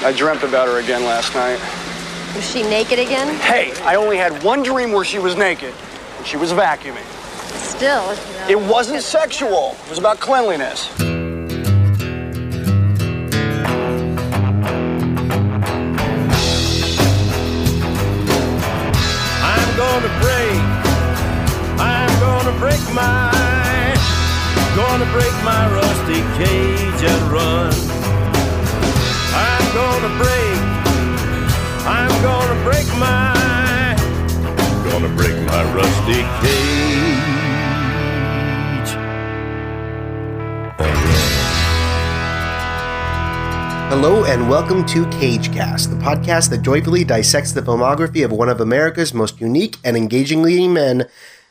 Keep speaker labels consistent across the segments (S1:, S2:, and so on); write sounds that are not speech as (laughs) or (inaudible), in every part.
S1: I dreamt about her again last night.
S2: Was she naked again?
S1: Hey, I only had one dream where she was naked, and she was vacuuming.
S2: Still. you know.
S1: It wasn't sexual. It was about cleanliness.
S3: I'm gonna break. I'm gonna break my. Gonna break my rusty cage and run. I'm gonna break. I'm gonna break my. Gonna break my rusty cage. and run.
S4: Hello and welcome to Cagecast, the podcast that joyfully dissects the filmography of one of America's most unique and engaging leading men,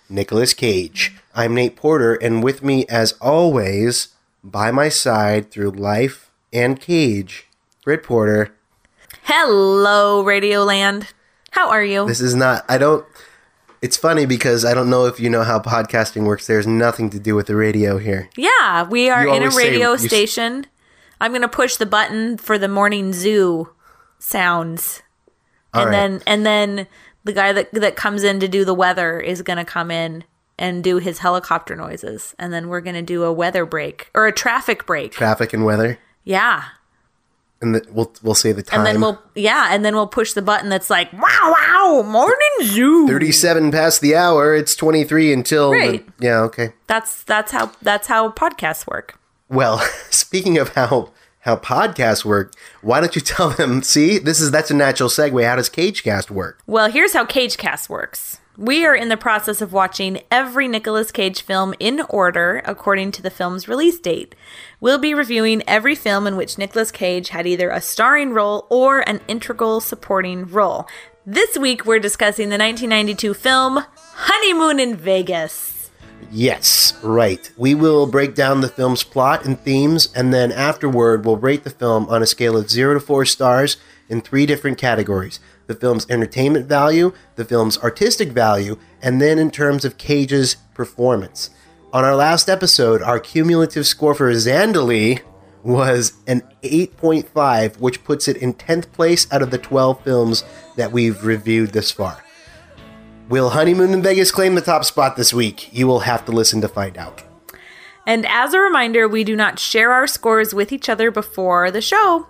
S4: Nicolas Cage. I'm Nate Porter, and with me, as always, by my side through life and Cage, Britt Porter.
S5: Hello, Radioland. How are you?
S4: This is not. I don't. It's funny because I don't know if you know how podcasting works. There's nothing to do with the radio here.
S5: yeah, we are
S4: You
S5: in a
S4: always say-
S5: radio
S4: you s-
S5: station. I'm going to push the button for the morning zoo sounds.
S4: All
S5: and
S4: right.
S5: then and then the guy that that comes in to do the weather is going to come in and do his helicopter noises and then we're going to do a weather break or a traffic break.
S4: Traffic and weather,
S5: yeah.
S4: and the, we'll we'll say the time.
S5: And then we'll yeah, and then we'll push the button that's like wow wow morning zoo.
S4: 37 past the hour. It's 23 until. the-
S5: Right.
S4: yeah, okay.
S5: That's that's how that's how podcasts work.
S4: Well, (laughs) speaking of how how podcasts work, why don't you tell them, see, this is that's a natural segue. How does Cagecast work?
S5: Well, here's how Cagecast works. We are in the process of watching every Nicolas Cage film in order according to the film's release date. We'll be reviewing every film in which Nicolas Cage had either a starring role or an integral supporting role. This week, we're discussing the 1992 film Honeymoon in Vegas.
S4: Yes, right. We will break down the film's plot and themes, and then afterward, we'll rate the film on a scale of 0 to 4 stars in three different categories the film's entertainment value, the film's artistic value, and then in terms of Cage's performance. On our last episode, our cumulative score for Zandali was an 8.5, which puts it in 10th place out of the 12 films that we've reviewed this far. Will Honeymoon in Vegas claim the top spot this week? You will have to listen to find out.
S5: And as a reminder, we do not share our scores with each other before the show.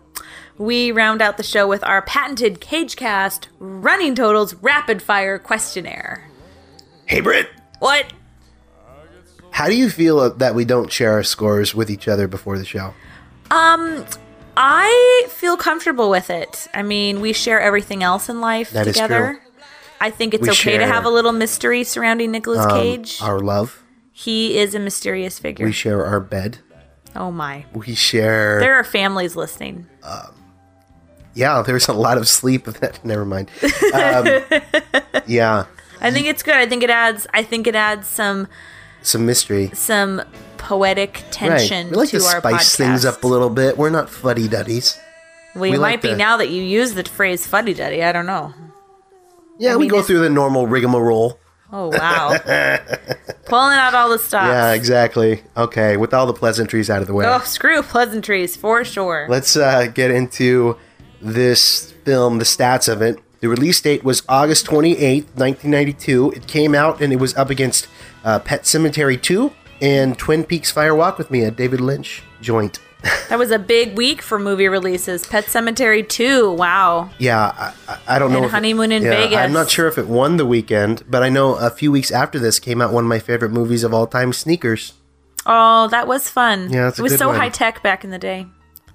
S5: We round out the show with our patented Cagecast running totals rapid fire questionnaire.
S4: Hey, Britt!
S5: What?
S4: How do you feel that we don't share our scores with each other before the show?
S5: Um, I feel comfortable with it. I mean, we share everything else in life
S4: That is
S5: together.
S4: true.
S5: I think it's
S4: We
S5: okay to
S4: share, Um,
S5: have a little mystery surrounding Nicolas Cage.
S4: Our love.
S5: he is a mysterious figure.
S4: We share our bed.
S5: oh my.
S4: We share.
S5: There are families listening.
S4: yeah, there's a lot of sleep. That (laughs) never mind.
S5: (laughs)
S4: Um, yeah,
S5: I think it's good. I think it adds I think it adds some
S4: some mystery.
S5: some poetic tension
S4: right. We like
S5: to,
S4: to,
S5: our
S4: spice
S5: podcast.
S4: things up a little bit. We're not fuddy duddies.
S5: We,
S4: We
S5: might
S4: like
S5: be
S4: to-
S5: now that you use the phrase fuddy duddy. I don't know.
S4: Yeah, we
S5: mean,
S4: go
S5: it's-
S4: through the normal rigmarole. (laughs)
S5: Oh wow. Pulling out all the stops.
S4: Yeah, exactly. Okay, with all the pleasantries out of the way.
S5: Oh, screw pleasantries for sure.
S4: Let's uh, get into this film, the stats of it. The release date was August 28th, 1992. It came out and it was up against uh, Pet Cemetery 2 and Twin Peaks Fire Walk with Me, a David Lynch joint.
S5: that was a big week for movie releases. Pet Cemetery 2. Wow.
S4: Yeah, I- I, I don't know.
S5: And
S4: if it-
S5: Honeymoon in
S4: yeah,
S5: Vegas.
S4: I'm not sure if it won the weekend, but I know a few weeks after this came out one of my favorite movies of all time, Sneakers.
S5: Oh, that was fun.
S4: Yeah, that's
S5: it
S4: a
S5: was
S4: good
S5: so
S4: one.
S5: high tech back in the day.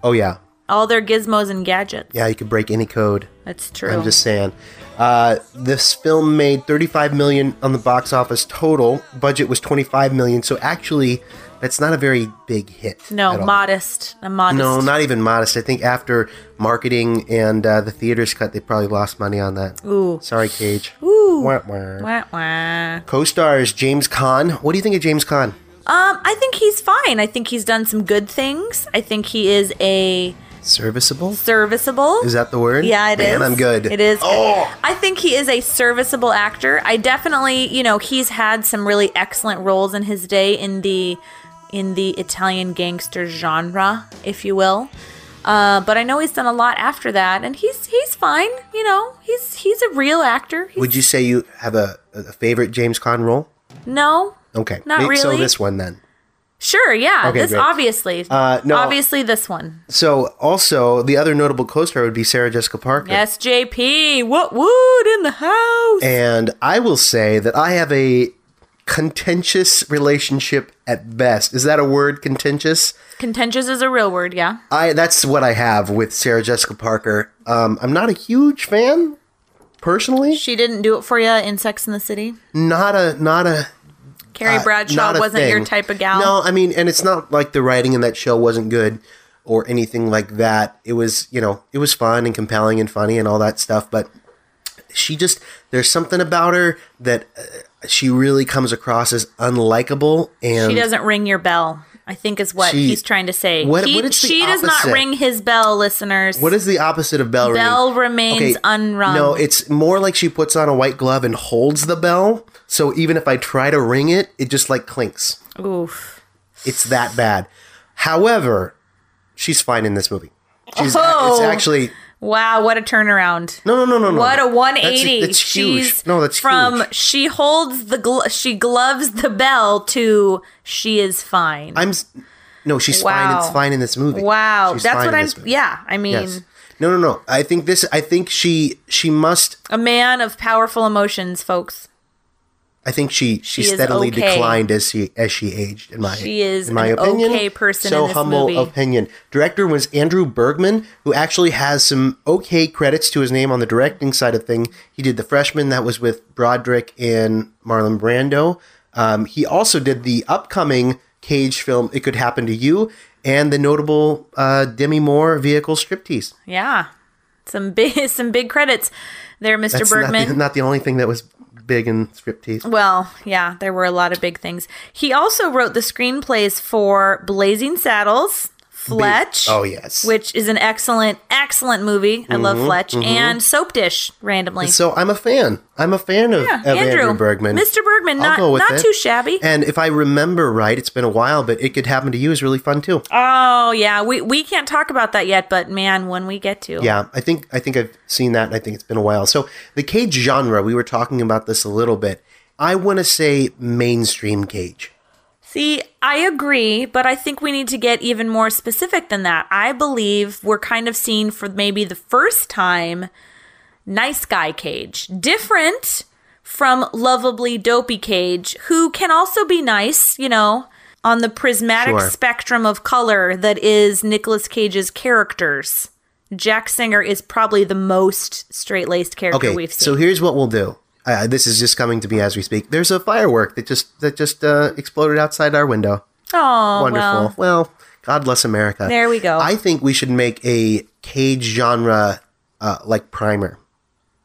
S4: Oh, yeah.
S5: All their gizmos and gadgets.
S4: Yeah, you could break any code.
S5: That's true.
S4: I'm just saying. Uh, this film made 35 million on the box office total. Budget was 25 million, so actually, that's not a very big hit.
S5: no,
S4: at all.
S5: modest. A modest.
S4: No, not even modest. I think after marketing and uh, the theaters cut, they probably lost money on that.
S5: Ooh.
S4: Sorry, Cage.
S5: Ooh.
S4: Wah, wah.
S5: Wah, wah.
S4: Co-stars James Caan. What do you think of James Caan?
S5: Um, I think he's fine. I think he's done some good things. I think he is a
S4: Serviceable?
S5: serviceable.
S4: Is that the word?
S5: Yeah, it is.
S4: Man, I'm good.
S5: It is. Oh. I think he is a serviceable actor. I definitely, you know, he's had some really excellent roles in his day in the in the Italian gangster genre, if you will. Uh, but I know he's done a lot after that, and he's he's fine. You know, he's he's a real actor. He's,
S4: Would you say you have a, a favorite James Caan role?
S5: No.
S4: Okay,
S5: Not
S4: So
S5: really.
S4: this one then.
S5: Sure. Yeah.
S4: Oh. Okay,
S5: this
S4: great.
S5: obviously.
S4: Uh, no.
S5: Obviously, this one.
S4: So also the other notable co-star would be Sarah Jessica Parker.
S5: Yes, JP. What wood in the house?
S4: And I will say that I have a contentious relationship at best. Is that a word? Contentious.
S5: Contentious is a real word. Yeah.
S4: I that's what I have with Sarah Jessica Parker. Um, I'm not a huge fan personally.
S5: She didn't do it for you in Sex in the City.
S4: Not a not a
S5: Carrie
S4: uh,
S5: Bradshaw
S4: not a
S5: wasn't your
S4: thing.
S5: type of gal.
S4: No, I mean, and it's not like the writing in that show wasn't good or anything like that. It was, you know, it was fun and compelling and funny and all that stuff, but she just there's something about her that uh, she really comes across as unlikable and
S5: She doesn't ring your bell. I think is what
S4: She-
S5: he's trying to say.
S4: What-
S5: He-
S4: what is the
S5: she does not
S4: opposite?
S5: ring his bell, listeners.
S4: What is the opposite of bell?
S5: Bell
S4: ringing?
S5: remains unrung.
S4: No, it's more like she puts on a white glove and holds the bell. So even if I try to ring it, it just like clinks.
S5: Oof.
S4: It's that bad. However, she's fine in this movie. She's it's
S5: Oh.
S4: actually
S5: Wow, what a turnaround.
S4: no no no no no.
S5: What a
S4: That's-
S5: 180.
S4: That's, huge.
S5: She's
S4: no, that's
S5: from
S4: huge.
S5: she holds the gl- she gloves the bell to she is fine.
S4: I'm s- no, she's fine. It's
S5: Wow.
S4: fine in this movie.
S5: wow,
S4: She's
S5: that's
S4: fine
S5: what
S4: in
S5: I'm
S4: this movie.
S5: Yeah, I mean,
S4: Yes. No, no, no. I think this. I think she. She must.
S5: a man of powerful emotions, folks.
S4: I think she she,
S5: is
S4: steadily
S5: okay.
S4: declined as she as she aged. In my
S5: She is
S4: in my
S5: an
S4: opinion,
S5: okay person
S4: So
S5: in this
S4: humble
S5: movie.
S4: opinion. Director was Andrew Bergman, who actually has some okay credits to his name on the directing side of thing. He did the Freshman, that was with Broderick and Marlon Brando. Um, he also did the upcoming Cage film "It Could Happen to You" and the notable uh, Demi Moore vehicle striptease.
S5: Yeah. Some big (laughs) some big credits there, Mr.
S4: That's not
S5: Bergman.
S4: the, not the only thing that was big in striptease.
S5: Well, yeah, there were a lot of big things. He also wrote the screenplays for Blazing Saddles, Fletch.
S4: Oh, yes. Mm-hmm,
S5: Which is an excellent, excellent movie. I love Fletch. And Soap Dish, randomly.
S4: So I'm a fan. I'm a fan of,
S5: Yeah,
S4: of Andrew, Bergman.
S5: Mr. Bergman,
S4: I'll
S5: not,
S4: go with
S5: not
S4: it.
S5: too shabby.
S4: And if I remember right, it's been a while, but it could happen to you is really fun too.
S5: oh, yeah. We, we can't talk about that yet, but man, when we get to.
S4: yeah, I think I think I've seen that. and I think it's been a while. So the cage genre, we were talking about this a little bit. I want to say mainstream cage.
S5: See, I agree, but I think we need to get even more specific than that. I believe we're kind of seeing for maybe the first time Nice Guy Cage, different from Lovably Dopey Cage, who can also be nice, you know, on the prismatic
S4: Sure.
S5: spectrum of color that is Nicolas Cage's characters. Jack Singer is probably the most straight laced character
S4: Okay,
S5: we've seen.
S4: so here's what we'll do. Uh, this is just coming to me as we speak. There's a firework that just that just uh, exploded outside our window.
S5: oh,
S4: Wonderful.
S5: well,
S4: Well, God bless America.
S5: There we go.
S4: I think we should make a cage genre uh, like primer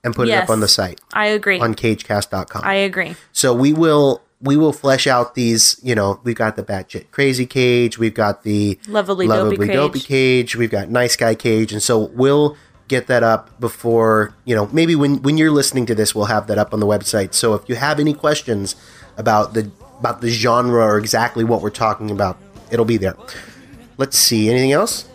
S4: and put it up
S5: Yes.
S4: on the site
S5: I agree.
S4: on cagecast.com.
S5: I agree.
S4: so we will we will flesh out these, you know, we've got the batshit crazy cage, we've got the
S5: Lovably Dopey
S4: lovably
S5: Cage.
S4: dopey cage, we've got nice guy cage, and so we'll get that up before, you know, maybe when when you're listening to this, we'll have that up on the website. So if you have any questions about the about the genre or exactly what we're talking about, it'll be there. Let's see. Anything else?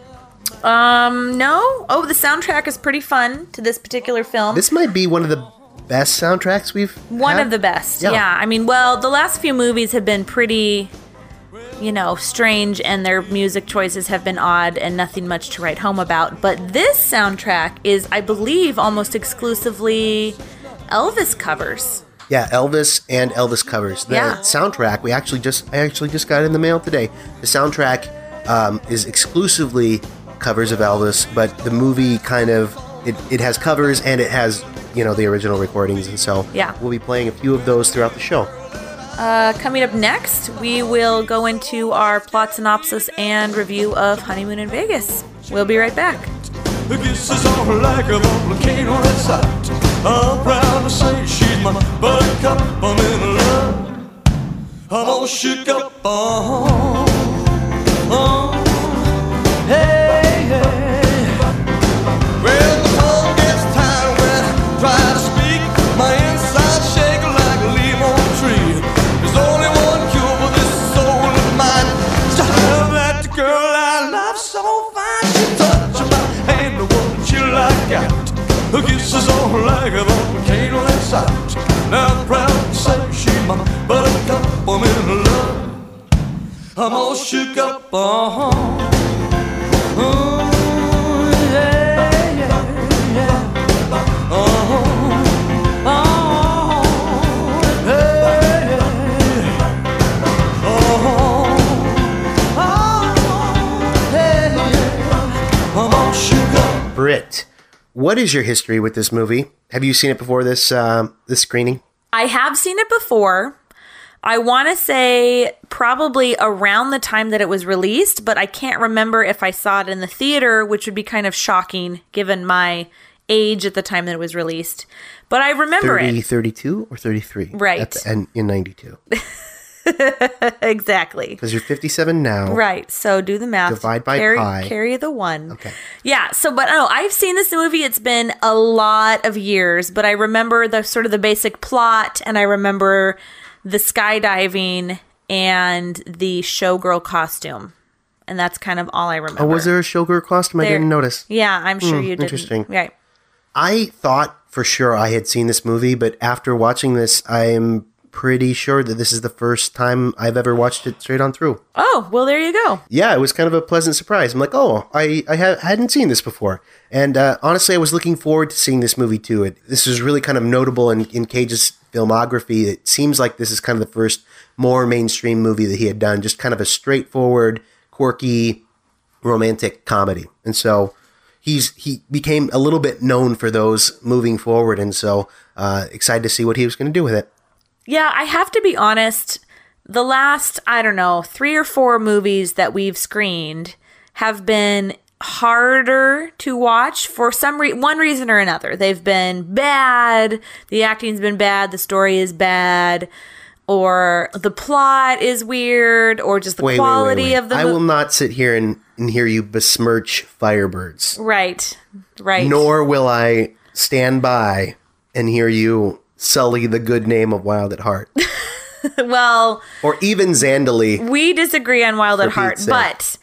S5: No. Oh, the soundtrack is pretty fun to this particular film.
S4: This might be one of the best soundtracks we've
S5: One
S4: had.
S5: of the best.
S4: Yeah.
S5: Yeah. I mean, well, the last few movies have been pretty, you know, strange and their music choices have been odd and nothing much to write home about. But this soundtrack is, I believe, almost exclusively Elvis covers.
S4: Yeah, Elvis and Elvis covers. The
S5: Yeah.
S4: soundtrack we actually just I actually just got in the mail today. The soundtrack um, is exclusively covers of Elvis, but the movie kind of it, it has covers and it has you know the original recordings, and so
S5: Yeah.
S4: we'll be playing a few of those throughout the show.
S5: Uh, coming up next, we will go into our plot synopsis and review of Honeymoon in Vegas. We'll be right back.
S6: I guess it's all like a volcano that's hot. I'm proud to say she's my buttercup. I'm in love. I'm all shook up. Oh, oh. Hey, hey. Well, the tongue gets tired when I try to speak. My insides shake like a leaf on a tree. There's only one cure for this soul of mine. It's to have that girl I love so fine. She touch got who kisses on like a volcano that's out. Now I'm proud to say she's my buttercup. I'm in love. I'm all shook up. Uh-huh. Ooh, yeah, yeah, yeah. Uh-huh. Uh-huh. Hey, yeah. Uh-huh. Uh-huh. Hey, yeah. I'm all shook up.
S4: Britt, what is your history with this movie? Have you seen it before this um, this screening?
S5: I have seen it before. I want to say probably around the time that it was released, but I can't remember if I saw it in the theater, which would be kind of shocking given my age at the time that it was released. But I remember
S4: 30,
S5: it.
S4: 32, or 33?
S5: Right.
S4: At the end, in 92.
S5: Exactly.
S4: Because you're 57 now.
S5: (laughs) Right. So do the math.
S4: Divide by
S5: carry,
S4: pi.
S5: Carry the one.
S4: Okay.
S5: Yeah. So, but oh, I've seen this movie. It's been a lot of years, but I remember the sort of the basic plot, and I remember the skydiving and the showgirl costume, and that's kind of all I remember.
S4: Oh, was there a showgirl costume? I
S5: There-
S4: didn't notice.
S5: Yeah, I'm sure you did.
S4: interesting.
S5: Right.
S4: I thought for sure I had seen this movie, but after watching this, I'm pretty sure that this is the first time I've ever watched it straight on through.
S5: Oh, well, there you go.
S4: yeah, it was kind of a pleasant surprise. I'm like, oh, I, I ha- hadn't seen this before. And uh, honestly, I was looking forward to seeing this movie too. It, this is really kind of notable in, in Cage's filmography. It seems like this is kind of the first more mainstream movie that he had done, just kind of a straightforward, quirky, romantic comedy. And so he's he became a little bit known for those moving forward. And so uh, excited to see what he was going to do with it.
S5: Yeah, I have to be honest. The last, I don't know, three or four movies that we've screened have been harder to watch for some re- one reason or another. They've been bad, the acting's been bad, the story is bad, or the plot is weird, or just the
S4: Wait, wait, wait,
S5: quality
S4: wait.
S5: of the
S4: I
S5: mo-
S4: will not sit here and, and hear you besmirch Firebirds.
S5: Right. Right.
S4: Nor will I stand by and hear you sully the good name of Wild at
S5: (laughs)
S4: Heart,
S5: (laughs) well,
S4: or even Zandali.
S5: we disagree on Wild at
S4: For
S5: Heart,
S4: Pete's sake.
S5: but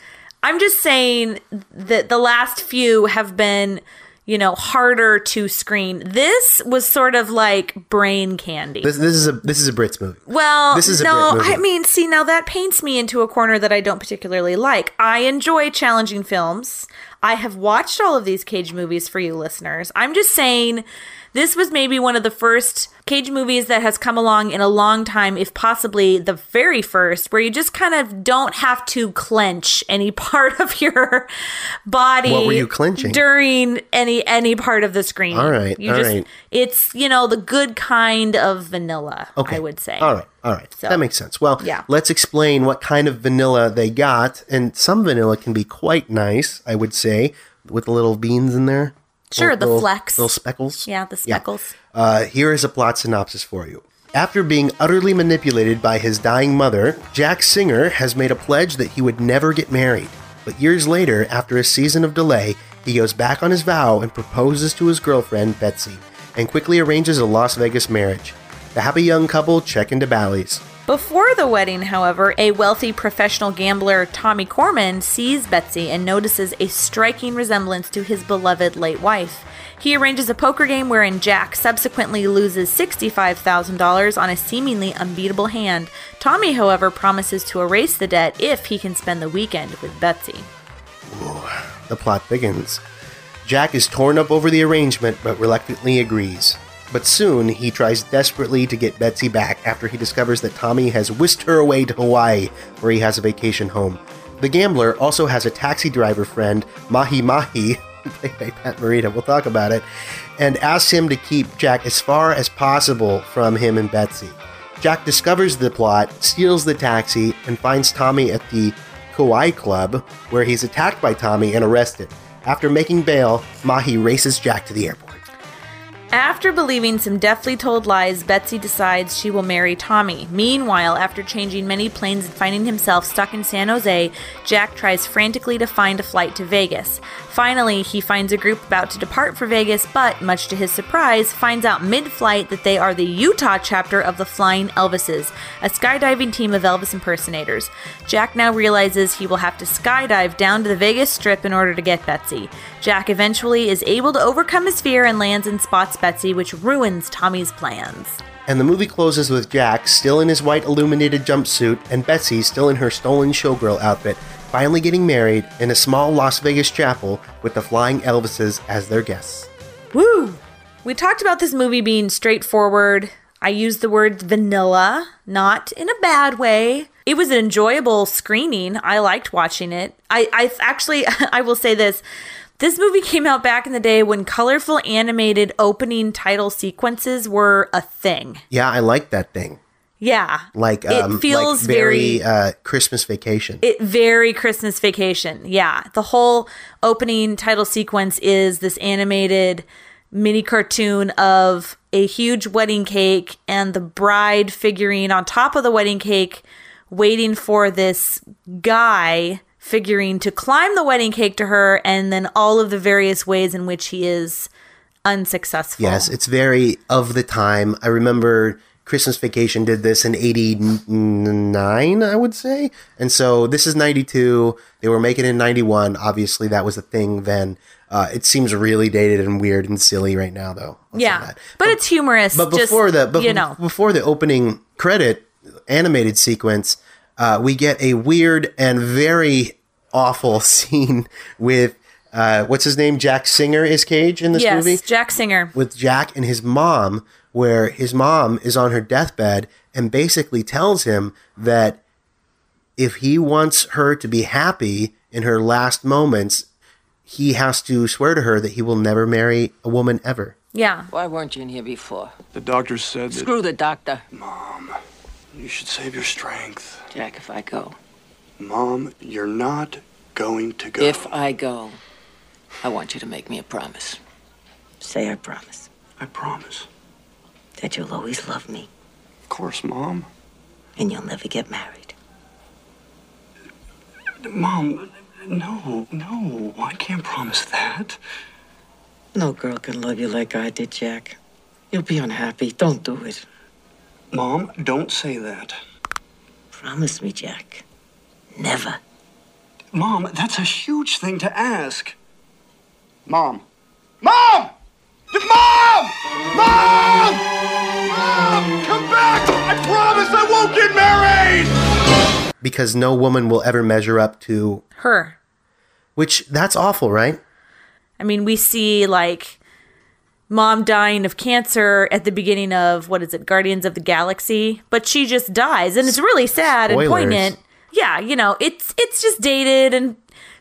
S5: I'm just saying that the last few have been, you know, harder to screen. This was sort of like brain candy.
S4: This, this is a this is a Brits movie.
S5: well,
S4: this is a
S5: no,
S4: Brit movie.
S5: I mean, see, now that paints me into a corner that I don't particularly like. I enjoy challenging films. I have watched all of these Cage movies for you listeners. I'm just saying this was maybe one of the first Cage movies that has come along in a long time, if possibly the very first, where you just kind of don't have to clench any (laughs) part of your body.
S4: What were you clenching?
S5: during any any part of the screen?
S4: All right,
S5: you
S4: all
S5: just
S4: right.
S5: it's you know the good kind of vanilla. I would say.
S4: All right, all right,
S5: So-
S4: that makes sense. Well,
S5: Yeah.
S4: let's explain what kind of vanilla they got, and some vanilla can be quite nice, I would say, with the little beans in there.
S5: Sure,
S4: Little-
S5: the
S4: little-
S5: flecks.
S4: little speckles.
S5: Yeah, the speckles.
S4: Uh, here is a plot synopsis for you. After being utterly manipulated by his dying mother, Jack Singer has made a pledge that he would never get married. But years later, after a season of delay, he goes back on his vow and proposes to his girlfriend, Betsy, and quickly arranges a Las Vegas marriage. The happy young couple check into Bally's.
S5: Before the wedding, however, a wealthy professional gambler, Tommy Corman, sees Betsy and notices a striking resemblance to his beloved late wife. He arranges a poker game wherein Jack subsequently loses $65,000 on a seemingly unbeatable hand. Tommy, however, promises to erase the debt if he can spend the weekend with Betsy.
S4: The plot begins. Jack is torn up over the arrangement but reluctantly agrees. But soon he tries desperately to get Betsy back after he discovers that Tommy has whisked her away to Hawaii, where he has a vacation home. The gambler also has a taxi driver friend, Mahi Mahi, (laughs) played by Pat Morita, we'll talk about it, and asks him to keep Jack as far as possible from him and Betsy. Jack discovers the plot, steals the taxi, and finds Tommy at the Kauai Club, where he's attacked by Tommy and arrested. After making bail, Mahi races Jack to the airport.
S5: After believing some deftly told lies, Betsy decides she will marry Tommy. Meanwhile, after changing many planes and finding himself stuck in San Jose, Jack tries frantically to find a flight to Vegas. Finally, he finds a group about to depart for Vegas, but much to his surprise, finds out mid flight that they are the Utah chapter of the Flying Elvises, a skydiving team of Elvis impersonators. Jack now realizes he will have to skydive down to the Vegas Strip in order to get Betsy. Jack eventually is able to overcome his fear and lands and spots Betsy, which ruins Tommy's plans.
S4: And the movie closes with Jack still in his white illuminated jumpsuit and Betsy still in her stolen showgirl outfit, finally getting married in a small Las Vegas chapel with the flying Elvises as their guests.
S5: Woo! We talked about this movie being straightforward. I used the word vanilla, not in a bad way. It was an enjoyable screening. I liked watching it. I, I actually, (laughs) I will say this. This movie came out back in the day when colorful animated opening title sequences were a thing.
S4: Yeah, I like that thing.
S5: Yeah.
S4: Like um,
S5: it feels
S4: like very,
S5: very
S4: uh, Christmas vacation.
S5: it very Christmas vacation. Yeah. The whole opening title sequence is this animated mini cartoon of a huge wedding cake and the bride figurine on top of the wedding cake waiting for this guy figuring to climb the wedding cake to her and then all of the various ways in which he is unsuccessful.
S4: Yes, it's very of the time. I remember Christmas Vacation did this in 89, I would say. And so this is 92. They were making it in 91. Obviously, that was a thing then. Uh, it seems really dated and weird and silly right now, though. I'll say
S5: Yeah.
S4: that.
S5: But it's humorous.
S4: But
S5: just,
S4: before the but
S5: you know.
S4: before the opening credit animated sequence, uh, we get a weird and very awful (laughs) scene with uh, what's his name? Jack Singer is Cage in this
S5: yes,
S4: movie
S5: Jack Singer.
S4: with Jack and his mom, where his mom is on her deathbed and basically tells him that if he wants her to be happy in her last moments, he has to swear to her that he will never marry a woman ever.
S5: Yeah.
S7: Why weren't you in here before?
S1: The doctor said that
S7: Screw the doctor.
S1: you should save your strength.
S7: Jack, if I go.
S1: Mom, you're not going to go.
S7: If I go, I want you to make me a promise.
S8: Say I promise
S1: I promise.
S8: that you'll always love me
S1: Of course, Mom.
S8: and you'll never get married.
S1: Mom, no, no, I can't promise that.
S8: No girl can love you like I did, Jack. You'll be unhappy. Don't do it.
S1: Mom, don't say that.
S8: Promise me, Jack. Never.
S1: Mom, that's a huge thing to ask. Mom. Mom! It's Mom! Mom! Mom! Come back! I promise I won't get married!
S4: because no woman will ever measure up to
S5: Her.
S4: which that's awful right
S5: I mean, we see like mom dying of cancer at the beginning of what is it, Guardians of the Galaxy, but she just dies, and it's really sad
S4: Spoilers.
S5: and poignant. Yeah, you know, it's it's just dated and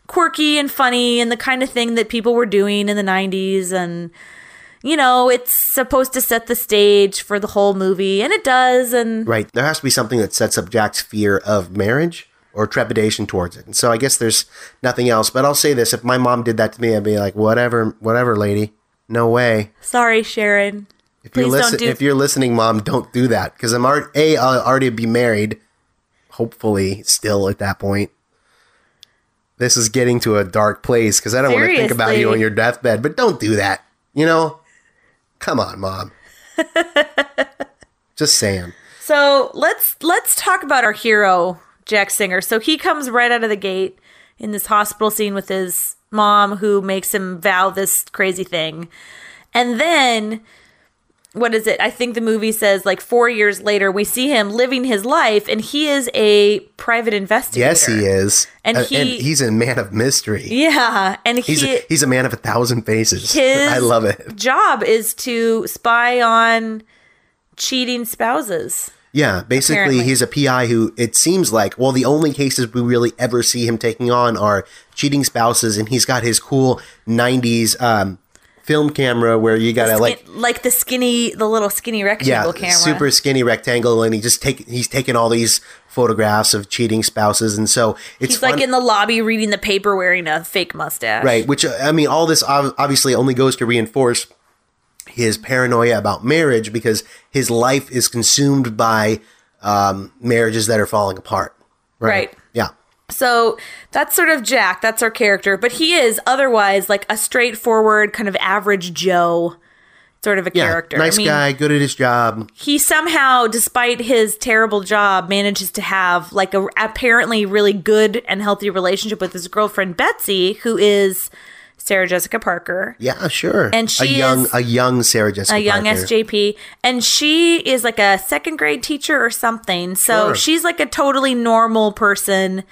S5: quirky and funny and the kind of thing that people were doing in the 90s and you know, it's supposed to set the stage for the whole movie and it does and
S4: right there has to be something that sets up jack's fear of marriage or trepidation towards it and so i guess there's nothing else but i'll say this if my mom did that to me i'd be like whatever whatever lady no way
S5: sorry Sharon.
S4: if you're,
S5: Please don't
S4: listen-
S5: do-
S4: if you're listening mom don't do that because i'm already a i'll already be married hopefully still at that point this is getting to a dark place because i don't want to think about you
S5: Seriously.
S4: on your deathbed but don't do that you know come on
S5: (laughs)
S4: mom just saying
S5: So let's let's talk about our hero, Jack Singer. So he comes right out of the gate in this hospital scene with his mom who makes him vow this crazy thing. And then what is it? I think the movie says like four years later, we see him living his life and he is a private investigator.
S4: Yes, he is.
S5: And
S4: Uh,
S5: he-
S4: he's a man of mystery.
S5: Yeah. And
S4: he's
S5: he
S4: a, he's a man of a thousand faces. (laughs)
S5: his
S4: I love it.
S5: job is to spy on cheating spouses.
S4: Yeah, basically
S5: Apparently.
S4: he's a PI who it seems like well the only cases we really ever see him taking on are cheating spouses and he's got his cool 90s um film camera where you got to like
S5: Skin- like the skinny the little skinny
S4: yeah,
S5: rectangle camera.
S4: super skinny rectangle and he just take he's taking all these photographs of cheating spouses and so it's
S5: He's like
S4: fun-
S5: in the lobby reading the paper wearing a fake mustache.
S4: Right, which uh, I mean, all this ob- obviously only goes to reinforce his paranoia about marriage because his life is consumed by um, marriages that are falling apart.
S5: Right.
S4: Yeah.
S5: So that's sort of Jack. That's our character. But he is otherwise like a straightforward, kind of average Joe sort of a
S4: Yeah.
S5: character.
S4: Nice guy, good at his job.
S5: He somehow, despite his terrible job, manages to have like a apparently really good and healthy relationship with his girlfriend Betsy, who is Sarah Jessica Parker.
S4: Yeah, sure.
S5: And she
S4: a young,
S5: is
S4: a young Sarah Jessica.
S5: a young
S4: Parker.
S5: SJP, and she is like a second grade teacher or something. So
S4: Sure.
S5: she's like a totally normal person,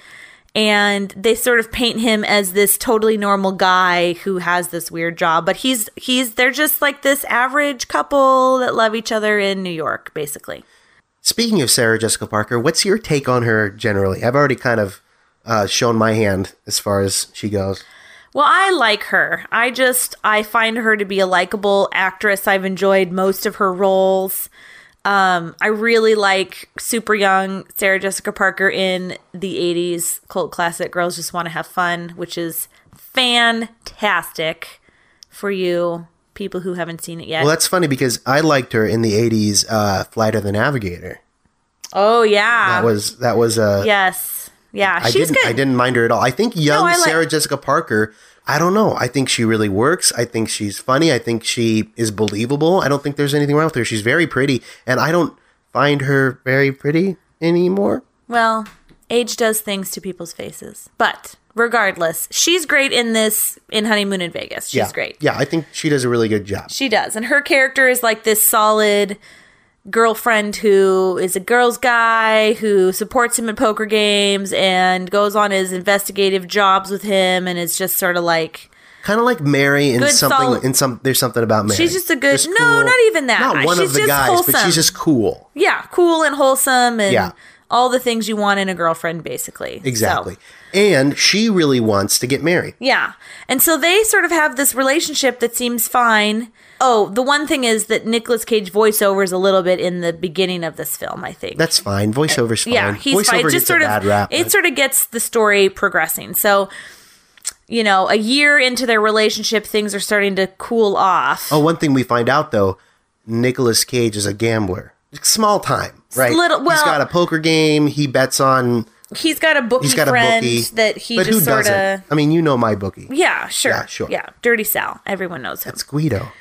S5: and they sort of paint him as this totally normal guy who has this weird job. But he's he's they're just like this average couple that love each other in New York, basically.
S4: Speaking of Sarah Jessica Parker, what's your take on her generally? I've already kind of uh, shown my hand as far as she goes.
S5: Well, I like her. I just I find her to be a likable actress. I've enjoyed most of her roles. Um, I really like super young Sarah Jessica Parker in the 80s cult classic Girls Just Want to Have Fun, which is fantastic for you people who haven't seen it yet.
S4: Well, that's funny because I liked her in the '80s, uh, Flight of the Navigator.
S5: oh yeah.
S4: That was that was uh,
S5: yes. Yeah,
S4: I
S5: she's
S4: didn't
S5: good.
S4: I didn't mind her at all. I think young
S5: I like-
S4: Sarah Jessica Parker. I don't know. I think she really works. I think she's funny. I think she is believable. I don't think there's anything wrong with her. She's very pretty, and I don't find her very pretty anymore.
S5: Well, age does things to people's faces. But regardless, she's great in this in Honeymoon in Vegas. She's
S4: yeah.
S5: great.
S4: Yeah, I think she does a really good job.
S5: She does. And her character is like this solid girlfriend who is a girls guy who supports him at poker games and goes on his investigative jobs with him and is just sort of like
S4: Kind of like Mary in
S5: Good
S4: something.
S5: solid-
S4: in some, there's something about Mary.
S5: She's just a good-
S4: Just
S5: no, not even that.
S4: Not one
S5: She's
S4: of the
S5: just
S4: guys, but
S5: wholesome.
S4: she's just cool.
S5: yeah, cool and wholesome and
S4: Yeah.
S5: all the things you want in a girlfriend basically. So-
S4: Exactly. And she really wants to get married.
S5: Yeah. And so they sort of have this relationship that seems fine. Oh, the one thing is that Nicolas Cage voiceover is a little bit in the beginning of this film, I think.
S4: That's fine. Voiceover's fine.
S5: Yeah, he's
S4: Voiceover
S5: fine. It
S4: gets
S5: just sort
S4: a bad
S5: of
S4: rap.
S5: it sort of gets the story progressing. So, you know, a year into their relationship, things are starting to cool off.
S4: Oh, one thing we find out though, Nicolas Cage is a gambler. Small time, right?
S5: Little-
S4: he's
S5: well-
S4: got a poker game. He bets on.
S5: He's got a bookie
S4: He's got a
S5: friend
S4: bookie
S5: that he
S4: but who
S5: just sort of
S4: doesn't? I mean, you know my bookie.
S5: yeah, sure,
S4: Yeah, sure.
S5: yeah, Dirty Sal. Everyone knows him.
S4: It's Guido,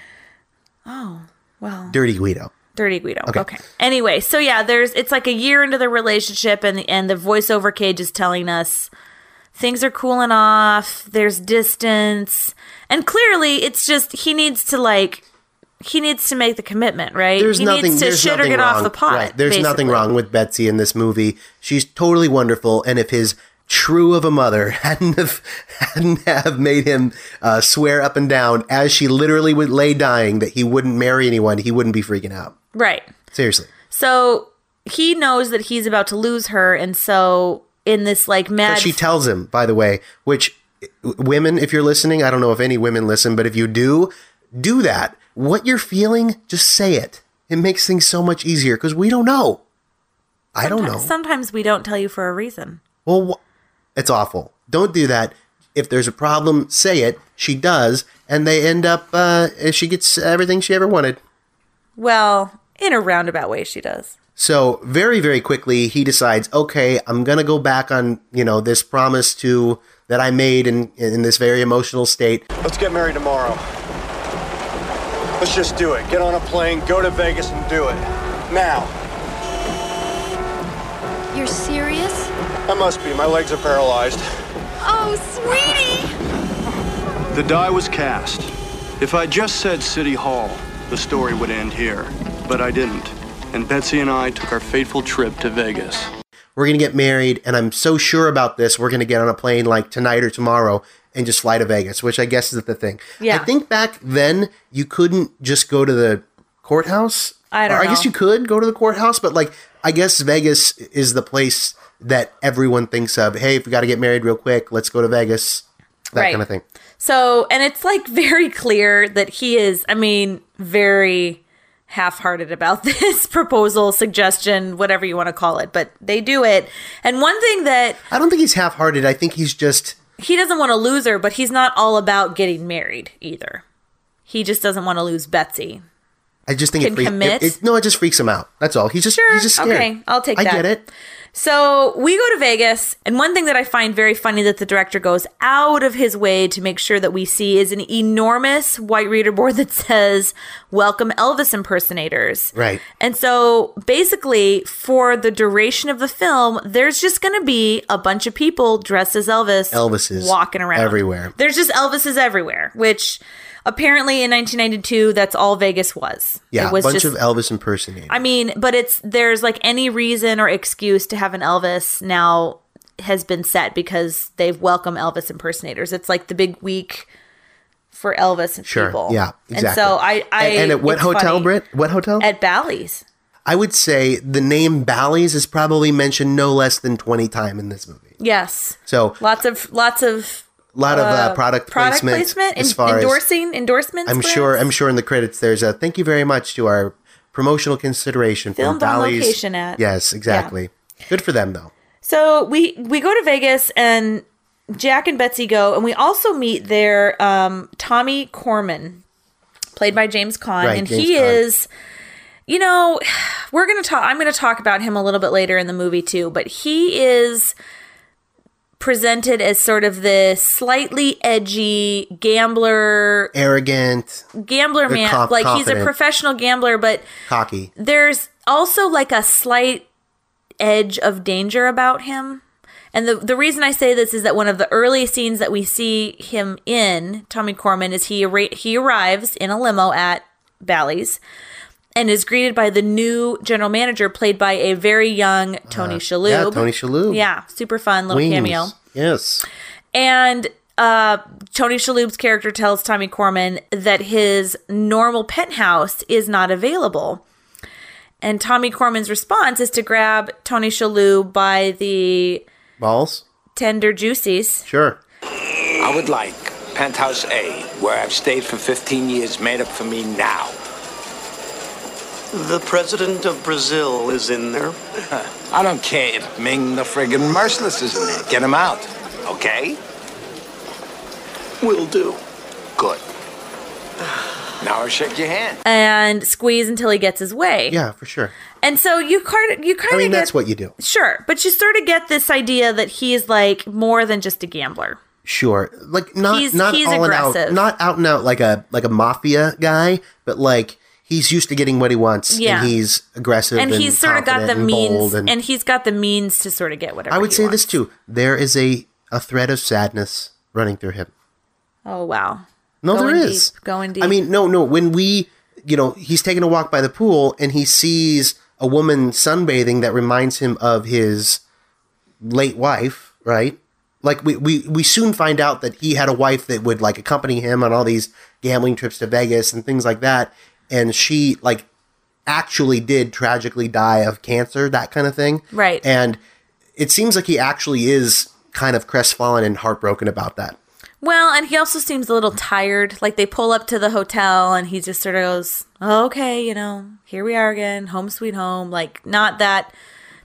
S5: Oh, well,
S4: Dirty Guido.
S5: Dirty Guido. Okay. Anyway, so yeah, there's it's like a year into the relationship, and the and the voiceover cage is telling us things are cooling off. There's distance, and clearly, it's just he needs to like he needs to make the commitment, right?
S4: There's
S5: he
S4: nothing.
S5: needs to
S4: there's
S5: shit or
S4: nothing
S5: get
S4: wrong.
S5: off the pot.
S4: Right. There's nothing
S5: basically.
S4: wrong with Betsy in this movie. She's totally wonderful. And if his true of a mother (laughs) hadn't have, hadn't have made him uh, swear up and down as she literally would lay dying that he wouldn't marry anyone, he wouldn't be freaking out.
S5: Right.
S4: Seriously.
S5: So he knows that he's about to lose her, and so in this like mad
S4: But she tells him, by the way, which w- women, if you're listening, I don't know if any women listen, but if you do, do that. What you're feeling, just say it. It makes things so much easier because we don't know. I don't know.
S5: sometimes we don't tell you for a reason.
S4: well, wh- it's awful. Don't do that. If there's a problem, say it. She does, and they end up. Uh, she gets everything she ever wanted.
S5: Well, in a roundabout way, she does.
S4: So very, very quickly, he decides, okay, I'm gonna go back on you know this promise to that I made in in this very emotional state.
S1: Let's get married tomorrow. Let's just do it. Get on a plane, go to Vegas, and do it. Now.
S2: You're serious?
S1: I must be. My legs are paralyzed.
S2: Oh, sweetie!
S1: The die was cast. If I just said City Hall, the story would end here. But I didn't. And Betsy and I took our fateful trip to Vegas.
S4: we're gonna get married and i'm so sure about this we're gonna get on a plane like tonight or tomorrow and just fly to vegas which i guess is the thing
S5: Yeah.
S4: i think back then you couldn't just go to the courthouse
S5: I don't
S4: Or i guess
S5: know.
S4: you could go to the courthouse but like i guess vegas is the place that everyone thinks of hey if we gotta get married real quick let's go to vegas that
S5: Right.
S4: kind of thing
S5: So, and it's like very clear that he is, I mean, very half hearted about (laughs) this proposal, suggestion, whatever you want to call it, but they do it. And one thing that
S4: i don't think he's half-hearted i think he's just
S5: he doesn't want to lose her, but he's not all about getting married either. He just doesn't want to lose Betsy.
S4: I just think
S5: Can
S4: it, freak- it-
S5: commit?
S4: it- no, it just freaks him out. That's all. He's just
S5: Sure.
S4: he's just scared.
S5: Okay, I'll take
S4: I
S5: that.
S4: get it.
S5: So we go to Vegas, and one thing that I find very funny that the director goes out of his way to make sure that we see is an enormous white reader board that says, Welcome Elvis impersonators.
S4: Right.
S5: And so basically, for the duration of the film, there's just going to be a bunch of people dressed as Elvis.
S4: Elvises
S5: Walking around.
S4: everywhere.
S5: There's just Elvises everywhere, which apparently in 1992, that's all Vegas was.
S4: Yeah,
S5: It
S4: a
S5: was
S4: bunch
S5: just-
S4: of Elvis impersonators.
S5: I mean, but it's there's like any reason or excuse to have an Elvis now has been set because they've welcomed Elvis impersonators. It's like the big week for Elvis and
S4: sure.
S5: people.
S4: Yeah, exactly.
S5: And so I, I
S4: and, and at what
S5: it's
S4: hotel,
S5: funny.
S4: Britt? What hotel?
S5: At Bally's.
S4: I would say the name Bally's is probably mentioned no less than twenty times in this movie.
S5: Yes.
S4: So a
S5: Lots of lots of
S4: lot of uh, product,
S5: product
S4: placement,
S5: placement,
S4: as
S5: en-
S4: far as
S5: endorsing endorsements.
S4: I'm
S5: perhaps?
S4: sure. I'm sure in the credits there's a thank you very much to our promotional consideration
S5: Filmed
S4: from
S5: on
S4: Bally's.
S5: location at-
S4: yes, exactly. Good for them though.
S5: So we we go to Vegas and Jack and Betsy go, and we also meet their um, Tommy Corman, played by James Caan,
S4: Right,
S5: and
S4: James
S5: he
S4: Caan.
S5: is, you know, (sighs) we're gonna talk. I'm gonna talk about him a little bit later in the movie too, but he is presented as sort of this slightly edgy gambler
S4: Arrogant,
S5: gambler man
S4: conf-
S5: like he's a
S4: confident.
S5: professional gambler but
S4: cocky.
S5: there's also like a slight edge of danger about him. And the the reason I say this is that one of the early scenes that we see him in Tommy Corman is he arri- he arrives in a limo at Bally's and is greeted by the new general manager played by a very young Tony Shalhoub.
S4: Uh, Yeah, Tony Shalhoub.
S5: Yeah, super fun little
S4: Wings.
S5: cameo.
S4: Yes.
S5: And uh, Tony Shalhoub's character tells Tommy Corman that his normal penthouse is not available. And Tommy Corman's response is to grab Tony Shalhoub by the
S4: Balls.
S5: tender juices.
S4: Sure.
S9: I would like penthouse A, where I've stayed for 15 years, made up for me now.
S10: The president of Brazil is in there.
S9: I don't care if Ming the friggin' merciless is in there. Get him out, okay?
S10: Will do.
S9: Good. Now I'll shake your hand.
S5: And squeeze until he gets his way.
S4: Yeah, for sure.
S5: And so you kind of you kind
S4: I
S5: of
S4: mean,
S5: get
S4: that's what you do.
S5: sure, but you sort of get this idea that he is like more than just a gambler.
S4: Sure. Like not
S5: He's-
S4: not
S5: he's
S4: all and out,
S5: aggressive.
S4: not out and out like a like a mafia guy, but like he's used to getting what he wants.
S5: Yeah.
S4: And he's aggressive.
S5: And, he's sort of got
S4: confident
S5: the
S4: and
S5: means,
S4: bold
S5: and,
S4: and,
S5: he's got the means to sort of get whatever.
S4: I would
S5: he
S4: say this
S5: wants.
S4: too. There is a a thread of sadness running through him.
S5: Oh wow.
S4: No,
S5: Going
S4: there is.
S5: deep, going
S4: I
S5: deep.
S4: mean, no, no. When we, you know, he's taking a walk by the pool and he sees a woman sunbathing that reminds him of his late wife, right? Like we, we, we soon find out that he had a wife that would like accompany him on all these gambling trips to Vegas and things like that. And she like actually did tragically die of cancer, that kind of thing.
S5: Right.
S4: And it seems like he actually is kind of crestfallen and heartbroken about that.
S5: Well, and he also seems a little tired. Like they pull up to the hotel and he just sort of goes, oh, okay, you know, here we are again, home sweet home. Like not that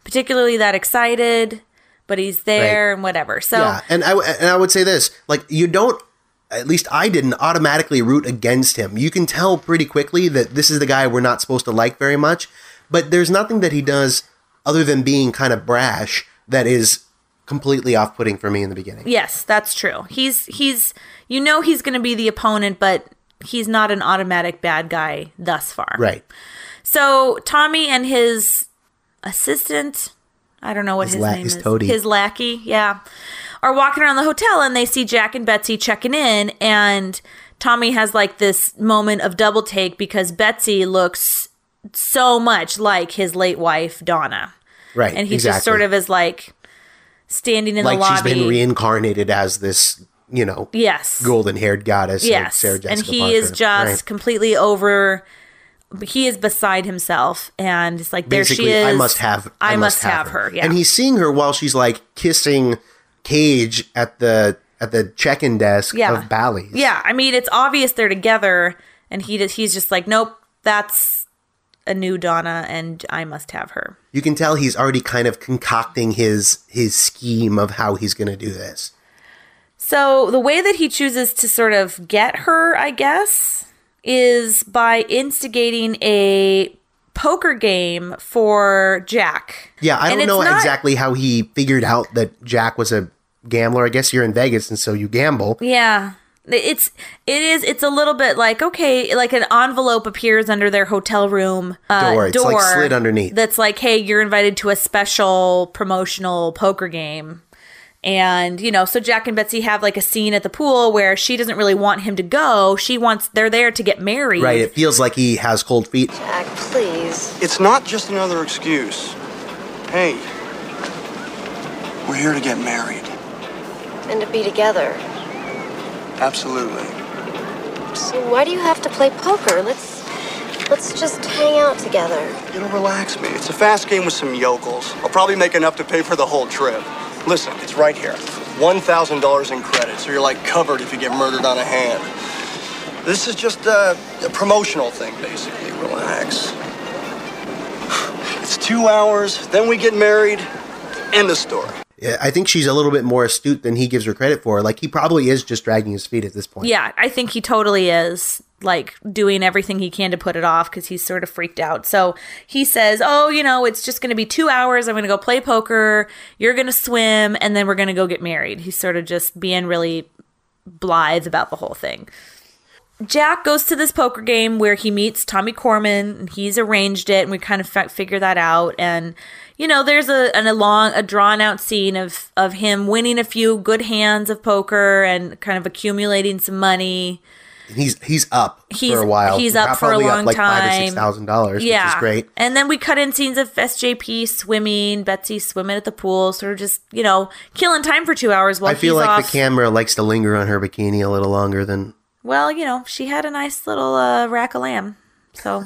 S5: particularly that excited, but he's there and whatever. So
S4: Yeah, and I and I would say this: like you don't, at least I didn't automatically root against him. You can tell pretty quickly that this is the guy we're not supposed to like very much. But there's nothing that he does other than being kind of brash that is completely off-putting for me in the beginning.
S5: yes, that's true. He's he's you know he's gonna be the opponent, but he's not an automatic bad guy thus far.
S4: Right.
S5: So Tommy and his assistant, I don't know what his,
S4: la-
S5: name
S4: his
S5: is,
S4: toady.
S5: his lackey, yeah, are walking around the hotel and they see Jack and Betsy checking in, and Tommy has like this moment of double take because Betsy looks so much like his late wife Donna,
S4: Right.
S5: and he just
S4: exactly.
S5: sort of is like standing in
S4: like
S5: the
S4: she's
S5: lobby.
S4: been reincarnated as this, you know,
S5: yes,
S4: golden-haired goddess. like
S5: yes,
S4: Sarah Jessica
S5: and he
S4: Parker.
S5: is just
S4: Right.
S5: completely over. He is beside himself, and it's like there
S4: basically
S5: she is.
S4: i must have
S5: I, must have, her. Yeah,
S4: and he's seeing her while she's like kissing cage at the at the check-in desk
S5: Yeah.
S4: of bally's
S5: yeah. I mean, it's obvious they're together, and he just, he's just like, nope, that's a new Donna, and I must have her.
S4: you can tell he's already kind of concocting his his scheme of how he's going to do this
S5: So the way that he chooses to sort of get her, I guess, is by instigating a poker game for Jack.
S4: Yeah, I
S5: And
S4: don't know
S5: it's not-
S4: exactly how he figured out that Jack was a gambler. I guess you're in Vegas and so you gamble.
S5: Yeah. It's it is it's a little bit like okay like an envelope appears under their hotel room uh,
S4: Door. It's like
S5: door
S4: slid underneath.
S5: that's like hey you're invited to a special promotional poker game and you know so Jack and Betsy have like a scene at the pool where she doesn't really want him to go she wants they're there to get married
S4: Right, it feels like he has cold feet.
S11: Jack, please.
S1: It's not just another excuse. Hey, we're here to get married.
S11: And to be together.
S1: Absolutely.
S11: So why do you have to play poker? Let's let's just hang out together.
S1: It'll relax me. It's a fast game with some yokels. I'll probably make enough to pay for the whole trip. Listen, it's right here. $1,000 in credit, so you're like covered if you get murdered on a hand. This is just a, a promotional thing, basically. Relax. (sighs) It's two hours, then we get married. End of story.
S4: Yeah, I think she's a little bit more astute than he gives her credit for. Like he probably is just dragging his feet at this point.
S5: Yeah, I think he totally is like doing everything he can to put it off because he's sort of freaked out. So he says, Oh, you know, it's just going to be two hours. I'm going to go play poker. You're going to swim. And then we're going to go get married. He's sort of just being really blithe about the whole thing. Jack goes to this poker game where he meets Tommy Corman. And he's arranged it, and we kind of fa- figure that out. And you know, there's a an, a long, a drawn out scene of of him winning a few good hands of poker and kind of accumulating some money.
S4: And he's he's up
S5: He's-
S4: for a while.
S5: he's up for a
S4: Probably
S5: long
S4: up like five or six
S5: time.
S4: thousand dollars, which is great.
S5: And then we cut in scenes of SJP swimming, Betsy swimming at the pool, sort of just you know killing time for two hours while
S4: I feel
S5: he's
S4: like
S5: off.
S4: the camera likes to linger on her bikini a little longer than
S5: Well, you know, she had a nice little uh, rack of lamb.
S4: (laughs)
S5: So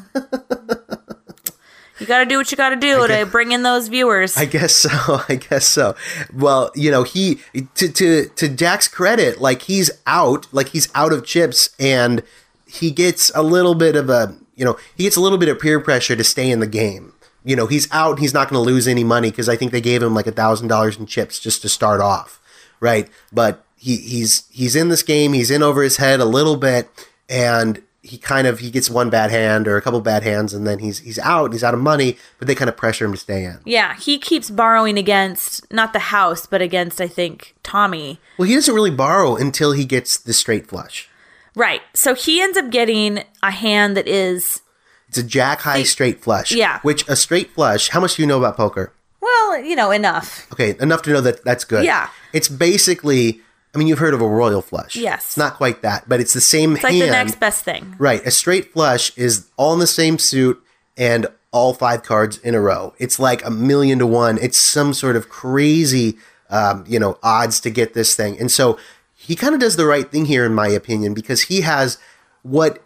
S5: you got to do what you got to do to bring in those viewers.
S4: I guess so. (laughs) I guess so. Well, you know, he to to to Jack's credit, like he's out, like he's out of chips, and he gets a little bit of a, you know, he gets a little bit of peer pressure to stay in the game. You know, he's out. He's not going to lose any money because I think they gave him like a thousand dollars in chips just to start off, right? But he he's he's in this game. He's in over his head a little bit, and he kind of he gets one bad hand or a couple bad hands, and then he's he's out. He's out of money, but they kind of pressure him to stay in.
S5: yeah, he keeps borrowing against not the house, but against I think Tommy.
S4: Well, he doesn't really borrow until he gets the straight flush.
S5: Right. So he ends up getting a hand that is
S4: It's a jack high straight flush.
S5: Yeah.
S4: Which a straight flush, how much do you know about poker?
S5: well, you know, enough.
S4: Okay, enough to know that that's good.
S5: Yeah.
S4: It's basically, I mean, you've heard of a royal flush.
S5: Yes.
S4: It's not quite that, but it's the same
S5: It's like
S4: hand.
S5: the next best thing.
S4: Right. A straight flush is all in the same suit and all five cards in a row. It's like a million to one. It's some sort of crazy, um, you know, odds to get this thing. And so he kind of does the right thing here, in my opinion, because he has what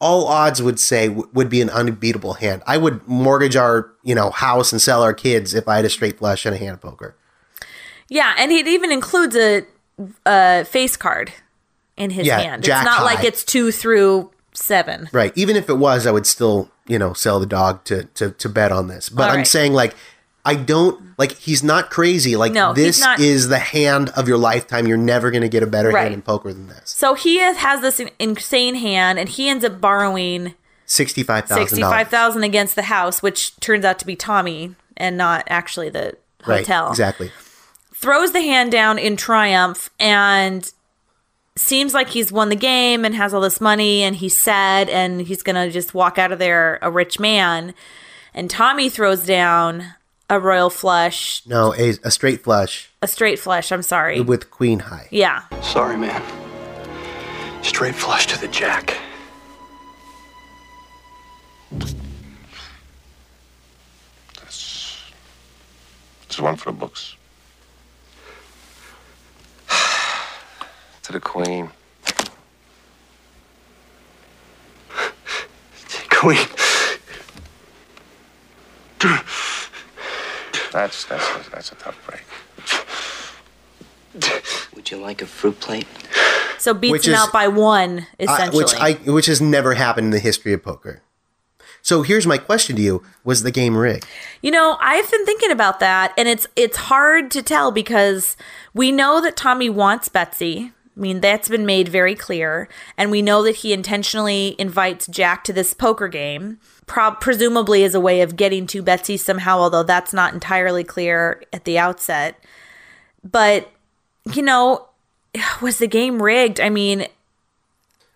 S4: all odds would say w- would be an unbeatable hand. I would mortgage our, you know, house and sell our kids if I had a straight flush and a hand of poker.
S5: Yeah, and it even includes a, a face card in his
S4: Yeah,
S5: hand.
S4: jack
S5: it's not
S4: high.
S5: like it's two through seven.
S4: Right. Even if it was, I would still, you know, sell the dog to to, to bet on this. But
S5: All
S4: I'm
S5: right.
S4: saying like I don't like he's not crazy. Like
S5: No, he's
S4: this
S5: not-
S4: is the hand of your lifetime. You're never gonna get a better
S5: Right.
S4: hand in poker than this.
S5: So he has- has this in- insane hand, and he ends up borrowing
S4: Sixty five thousand dollars.
S5: sixty-five thousand against the house, which turns out to be Tommy and not actually the
S4: Right.
S5: hotel.
S4: Exactly.
S5: Throws the hand down in triumph and seems like he's won the game and has all this money and he's sad and he's gonna just walk out of there a rich man. And Tommy throws down a royal flush,
S4: No, a, a straight flush
S5: a straight flush. I'm sorry.
S4: with queen high.
S5: yeah.
S1: Sorry, man. Straight flush to the jack.
S12: It's one for the books. (sighs) to the queen.
S1: (laughs) Queen.
S12: That's that's that's a tough break.
S7: Would you like a fruit plate?
S5: So beats
S4: Which
S5: him
S4: is-
S5: out by one,
S4: I-
S5: essentially.
S4: which I which has never happened in the history of poker. So here's my question to you: Was the game rigged?
S5: You know, I've been thinking about that, and it's it's hard to tell because we know that Tommy wants Betsy. I mean, that's been made very clear. And we know that he intentionally invites Jack to this poker game, prob presumably as a way of getting to Betsy somehow, although that's not entirely clear at the outset. But, you know, (sighs) was the game rigged? I mean,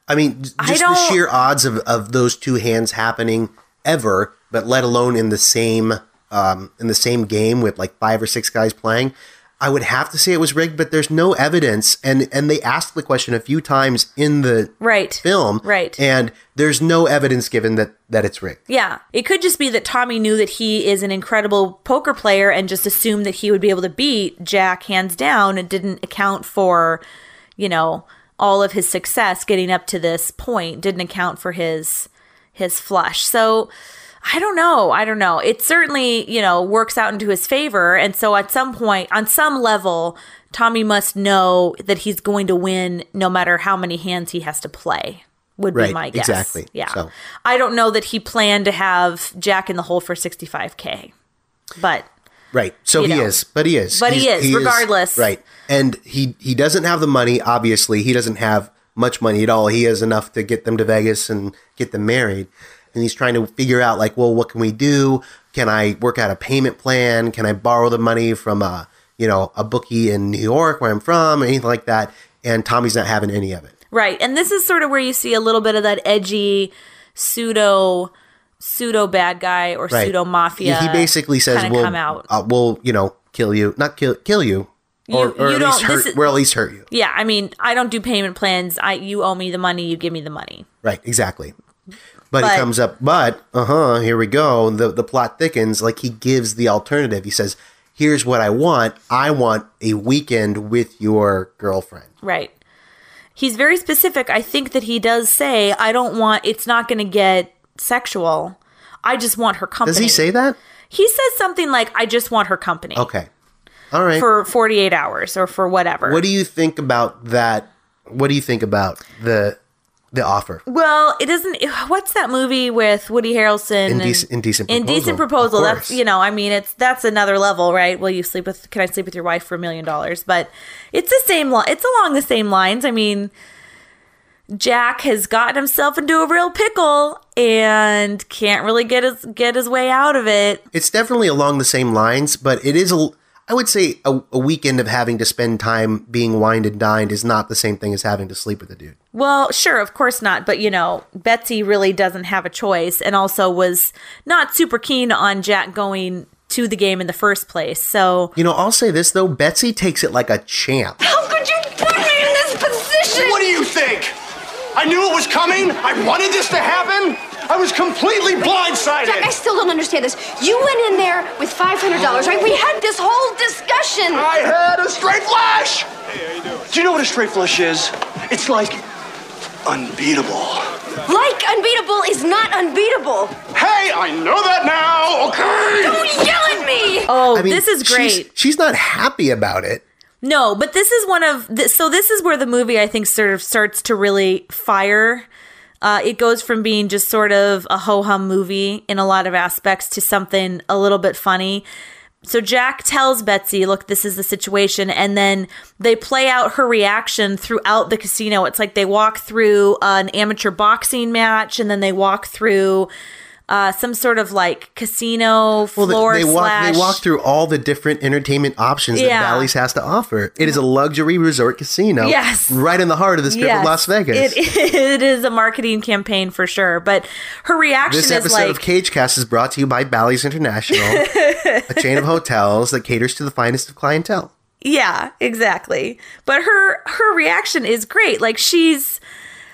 S4: I mean, j-
S5: I
S4: just the
S5: don't-
S4: sheer odds of, of those two hands happening ever, but let alone in the same um, in the same game with like five or six guys playing. I would have to say it was rigged, but there's no evidence, and and they asked the question a few times in the
S5: right.
S4: film,
S5: Right.
S4: And there's no evidence given that that it's rigged.
S5: Yeah. It could just be that Tommy knew that he is an incredible poker player and just assumed that he would be able to beat Jack hands down and didn't account for, you know, all of his success getting up to this point, didn't account for his his flush. So I don't know. I don't know. It certainly, you know, works out into his favor. And so at some point, on some level, Tommy must know that he's going to win no matter how many hands he has to play, would be
S4: Right,
S5: my guess.
S4: exactly.
S5: Yeah.
S4: So-
S5: I don't know that he planned to have Jack in the hole for 65K, but
S4: Right. So
S5: You
S4: he
S5: know.
S4: is, but he is.
S5: But he
S4: He's-
S5: is, regardless.
S4: right. And he he doesn't have the money. Obviously, he doesn't have much money at all. He has enough to get them to Vegas and get them married. And he's trying to figure out like, well, what can we do? Can I work out a payment plan? Can I borrow the money from a you know a bookie in New York where I'm from or anything like that? And Tommy's not having any of it.
S5: Right. And this is sort of where you see a little bit of that edgy pseudo pseudo bad guy or
S4: Right.
S5: pseudo mafia.
S4: He basically says,
S5: kinda
S4: "We'll
S5: come out.
S4: Uh, we'll you know kill you, not kill kill you, or, or
S5: you
S4: at
S5: don't-
S4: least
S5: this
S4: hurt.
S5: is-
S4: we'll at least hurt you."
S5: Yeah, I mean, I don't do payment plans. I you owe me the money, you give me the money.
S4: Right, exactly. But,
S5: But-
S4: it comes up, but uh huh, here we go. The the plot thickens. Like he gives the alternative. He says, "Here's what I want. I want a weekend with your girlfriend."
S5: Right. He's very specific. I think that he does say, I don't want it's not going to get sexual. I just want her company.
S4: Does he say that?
S5: He says something like I just want her company
S4: Okay, all right.
S5: for 48 hours or for whatever.
S4: what do you think about that? What do you think about the the offer?
S5: Well, it doesn't. What's that movie with Woody Harrelson? and-
S4: Indec- Indecent Proposal,
S5: Indecent proposal.
S4: of
S5: That's
S4: course.
S5: you know, I mean, it's that's another level, right? Will you sleep with? Can I sleep with your wife for a million dollars? But it's the same. Li- it's along the same lines. I mean, Jack has gotten himself into a real pickle and can't really get his get his way out of it.
S4: It's definitely along the same lines, but it is a. I would say a, a weekend of having to spend time being wined and dined is not the same thing as having to sleep with a dude.
S5: Well, sure, of course not. But, you know, Betsy really doesn't have a choice and also was not super keen on Jack going to the game in the first place. So,
S4: You know, I'll say this though, Betsy takes it like a champ.
S2: How could you put me in this position?
S1: What do you think? I knew it was coming. I wanted this to happen. I was completely blindsided.
S11: Jack, I still don't understand this. You went in there with $500, right? We had this whole discussion.
S1: I had a straight flush. Hey, how you doing? Do you know what a straight flush is? It's like unbeatable.
S11: Like unbeatable is not unbeatable.
S1: Hey, I know that now. Okay.
S11: Don't yell at me.
S5: oh,
S4: I mean,
S5: this is
S4: she's-
S5: great.
S4: She's, not happy about it.
S5: No, but this is one of the, so this is where the movie I think sort of starts to really fire. Uh, it goes from being just sort of a ho hum movie in a lot of aspects to something a little bit funny. So Jack tells Betsy, "Look, this is the situation," and then they play out her reaction throughout the casino. It's like they walk through an amateur boxing match, and then they walk through uh, some sort of like casino
S4: Well, they-
S5: floor
S4: they, walk
S5: slash.
S4: they walk through all the different entertainment options
S5: Yeah.
S4: that Bally's has to offer. It is a luxury resort casino,
S5: Yes.
S4: right in the heart of the strip
S5: Yes,
S4: of Las Vegas.
S5: It, (laughs) it is a marketing campaign for sure. But her reaction
S4: this
S5: is
S4: episode
S5: like,
S4: of Cage Cast is brought to you by Bally's International,
S5: (laughs)
S4: a chain of hotels that caters to the finest of clientele.
S5: yeah, exactly. But her her reaction is great. Like she's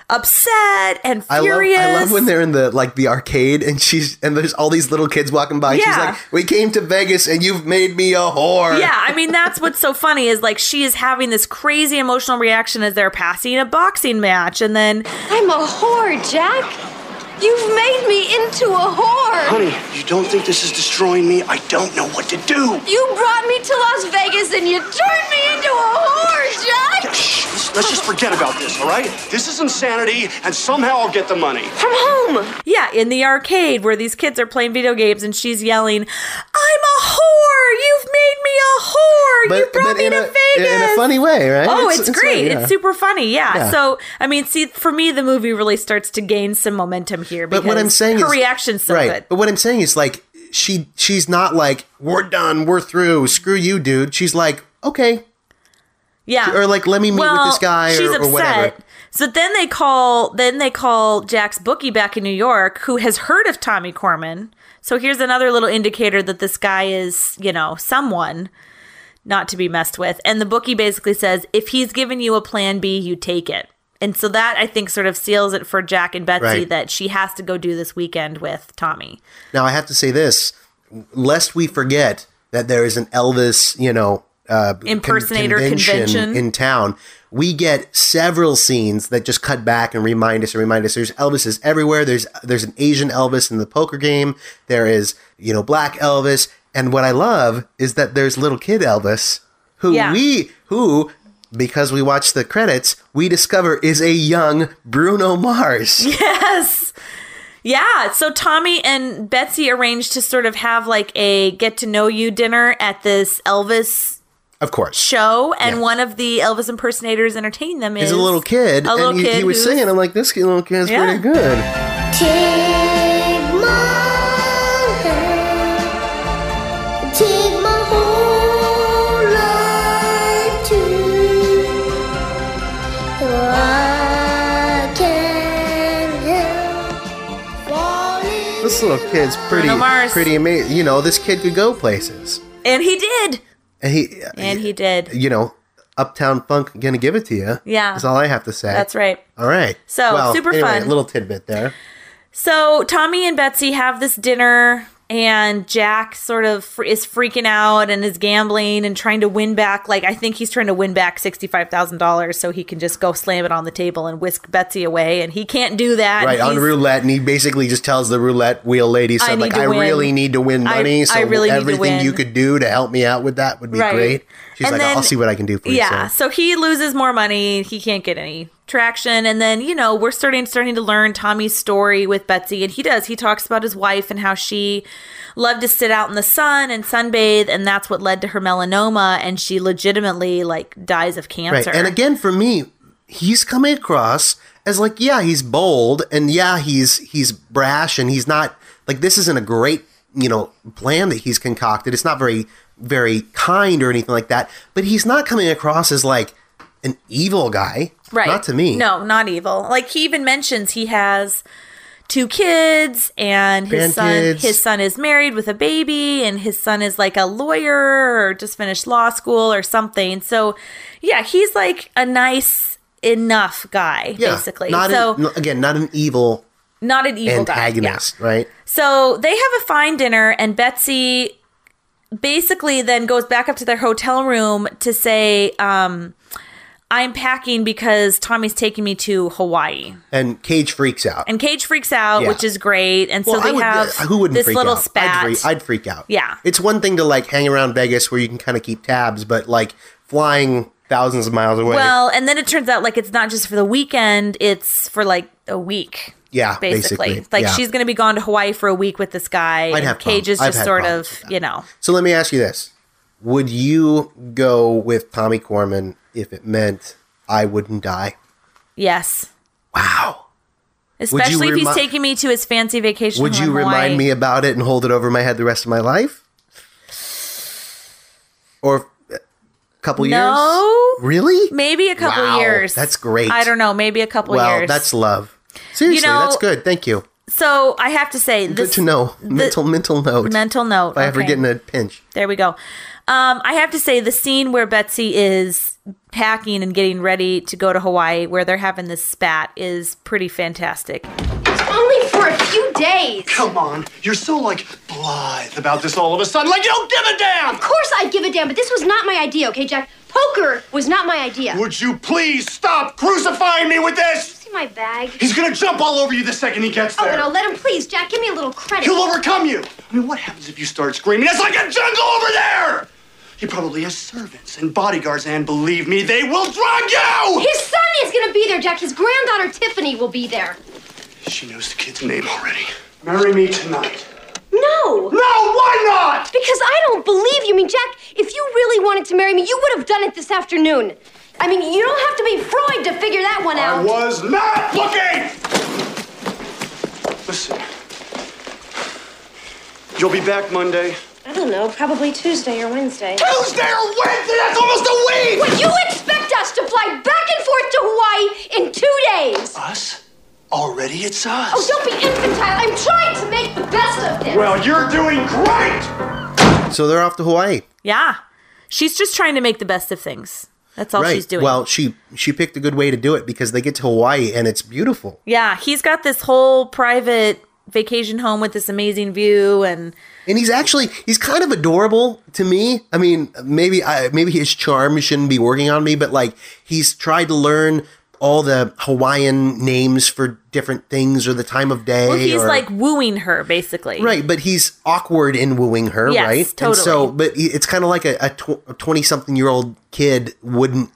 S5: upset and
S4: I love,
S5: furious.
S4: I love when they're in the like the arcade and she's and there's all these little kids walking by. and She's
S5: Yeah.
S4: like, "We came to Vegas and you've made me a whore."
S5: (laughs) yeah, I mean that's what's so funny is like she is having this crazy emotional reaction as they're passing a boxing match, and then
S11: I'm a whore, Jack. You've made me into a whore.
S1: Honey, you don't think this is destroying me? I don't know what to do.
S11: You brought me to Las Vegas and you turned me into a whore, Jack.
S1: Shh, let's- let's just forget about this, all right? This is insanity, and somehow I'll get the money.
S11: From home.
S5: yeah, in the arcade where these kids are playing video games, and she's yelling, "I'm a whore! You've made me a whore. you
S4: But-
S5: brought
S4: but
S5: me
S4: in
S5: to
S4: a-
S5: Vegas.
S4: in a funny way, right?
S5: Oh,
S4: It's-
S5: it's,
S4: it's
S5: great.
S4: like, yeah.
S5: It's super funny. Yeah.
S4: Yeah.
S5: So, I mean, see, for me, the movie really starts to gain some momentum here.
S4: But
S5: Because
S4: what I'm saying
S5: her
S4: is
S5: reaction's so
S4: right.
S5: good.
S4: But what I'm saying is like she she's not like we're done, we're through, screw you, dude. She's like okay,
S5: Yeah.
S4: or like let me meet with this guy or, or whatever.
S5: So then they call then they call Jack's bookie back in New York, who has heard of Tommy Corman. So here's another little indicator that this guy is, you know, someone not to be messed with. And the bookie basically says, if he's given you a plan B, you take it. And so that I think sort of seals it for Jack and Betsy
S4: Right.
S5: that she has to go do this weekend with Tommy.
S4: Now I have to say this, lest we forget that there is an Elvis, you know, uh, con-
S5: Impersonator convention.
S4: in town. We get several scenes that just cut back and remind us and remind us. There's Elvises everywhere. There's there's an Asian Elvis in the poker game. There is you know black Elvis. And what I love is that there's little kid Elvis, who
S5: Yeah.
S4: we who because we watch the credits, we discover is a young Bruno Mars.
S5: (laughs) Yes. Yeah. So Tommy and Betsy arranged to sort of have like a get to know you dinner at this Elvis
S4: Of course.
S5: show, and
S4: Yeah.
S5: one of the Elvis impersonators entertaining them is
S4: He's a little kid,
S5: A little
S4: and he,
S5: kid
S4: he was
S5: who's-
S4: singing. I'm like, this little kid's
S5: Yeah.
S4: pretty good.
S13: Take my hand, take my whole life too. I can't help falling.
S4: This little kid's pretty,
S5: Bruno Mars.
S4: pretty amazing. You know, this kid could go places,
S5: And he did.
S4: and he,
S5: And he did.
S4: you know, Uptown Funk gonna give it to you.
S5: Yeah.
S4: that's all I have to say.
S5: That's right.
S4: All right.
S5: So,
S4: Well,
S5: super
S4: anyway,
S5: fun.
S4: Little tidbit there.
S5: So Tommy and Betsy have this dinner, and Jack sort of fr- is freaking out and is gambling and trying to win back. Like I think he's trying to win back sixty five thousand dollars so he can just go slam it on the table and whisk Betsy away, and he can't do that.
S4: right on
S5: He's-
S4: roulette, and he basically just tells the roulette wheel lady,
S5: I
S4: "So
S5: need
S4: like,
S5: to
S4: I
S5: win.
S4: really need to win
S5: I-
S4: money. so
S5: I really need to
S4: everything you
S5: win."
S4: could do to help me out with that would be
S5: Right.
S4: great." She's
S5: And
S4: like,
S5: then-
S4: "I'll see what I can do for you."
S5: yeah
S4: son."
S5: so he loses more money he can't get any traction and then you know we're starting starting to learn tommy's story with betsy and he does he talks about his wife and how she loved to sit out in the sun and sunbathe and that's what led to her melanoma and she legitimately like dies of cancer
S4: Right. And again, for me, he's coming across as like, yeah, he's bold and yeah, he's he's brash and he's not like this isn't a great, you know, plan that he's concocted. It's not very very kind or anything like that. But he's not coming across as like an evil guy.
S5: Right.
S4: Not to me.
S5: No, not evil. Like he even mentions he has two kids and his
S4: Grandkids.
S5: son his son is married with a baby and his son is like a lawyer or just finished law school or something. So yeah, he's like a nice enough guy
S4: Yeah,
S5: basically.
S4: Not
S5: so
S4: an, no- again, not an evil,
S5: not an evil guy. Yeah.
S4: antagonist, right?
S5: So they have a fine dinner, and Betsy basically then goes back up to their hotel room to say, um, I'm packing because Tommy's taking me to Hawaii.
S4: And Cage freaks out.
S5: And Cage freaks out,
S4: Yeah.
S5: which is great. And so
S4: Well, I
S5: they
S4: would-
S5: have
S4: uh, who wouldn't
S5: this
S4: freak
S5: little
S4: out?
S5: spat.
S4: I'd, fre- I'd freak out.
S5: Yeah.
S4: It's one thing to like hang around Vegas where you can kind of keep tabs, but like flying thousands of miles away.
S5: Well, and then it turns out like it's not just for the weekend, it's for like a week.
S4: Yeah,
S5: Basically.
S4: basically,
S5: Like
S4: yeah.
S5: she's gonna be gone to Hawaii for a week with this guy.
S4: I'd
S5: and
S4: have
S5: Cage
S4: problems.
S5: is
S4: I've
S5: just
S4: had
S5: sort
S4: problems
S5: of, you know.
S4: so let me ask you this: Would you go with Tommy Corman if it meant I wouldn't die?
S5: Yes.
S4: Wow. Would you
S5: Especially if he's
S4: remi-
S5: taking me to his fancy vacation.
S4: Would
S5: home
S4: you
S5: in Hawaii.
S4: remind me about it and hold it over my head the rest of my life? Or a couple
S5: No.
S4: years? Really?
S5: Maybe a couple
S4: Wow,
S5: years.
S4: that's great.
S5: I don't know. Maybe a couple
S4: Well,
S5: years.
S4: that's love. Seriously,
S5: know-
S4: that's good. Thank you.
S5: so. I have to say,
S4: good
S5: this
S4: to know. mental mental note.
S5: mental note.
S4: if I ever
S5: okay.
S4: get in a pinch.
S5: There we go. Um, I have to say, the scene where Betsy is packing and getting ready to go to Hawaii, where they're having this spat, is pretty fantastic.
S1: Only for a few days. Come on. You're so, like, blithe about this all of a sudden. Like, you don't give a damn!
S13: Of course I'd give a damn, but this was not my idea, okay, Jack? Poker was not my idea.
S1: Would you please stop crucifying me with this?
S13: See my bag?
S1: He's gonna jump all over you the second he gets
S13: Oh,
S1: there.
S13: and I'll let him please, Jack. Give me a little credit.
S1: He'll overcome you. I mean, what happens if you start screaming? It's like a jungle over there! He probably has servants and bodyguards, and believe me, they will drug you!
S13: His son is gonna be there, Jack. His granddaughter Tiffany will be there.
S1: She knows the kid's name already. Marry me tonight.
S13: No, No! No,
S1: why not?
S13: Because I don't believe you. I mean, Jack, if you really wanted to marry me, you would have done it this afternoon. I mean, you don't have to be Freud to figure that one out.
S1: I was not looking! Listen. You'll be back Monday.
S13: I don't know, probably Tuesday or Wednesday.
S1: Tuesday or Wednesday? That's almost a week!
S13: Would you expect us to fly back and forth to Hawaii in two days?
S1: Us? Already it's us.
S13: Oh, don't be infantile. I'm trying to make the best of this.
S1: Well, you're doing great!
S4: So they're off to Hawaii.
S5: Yeah. She's just trying to make the best of things. That's all
S4: right.
S5: Oh, she's doing.
S4: Well, she she picked a good way to do it because they get to Hawaii and it's beautiful.
S5: yeah, he's got this whole private vacation home with this amazing view and
S4: And he's actually he's kind of adorable to me. I mean, maybe I maybe his charm shouldn't be working on me, but like he's tried to learn all the Hawaiian names for different things or the time of day.
S5: well, he's
S4: or-
S5: like wooing her basically.
S4: Right, but he's awkward in wooing her,
S5: Yes,
S4: right? And so,
S5: totally.
S4: but he- it's kind of like a twenty-something-year-old kid wouldn't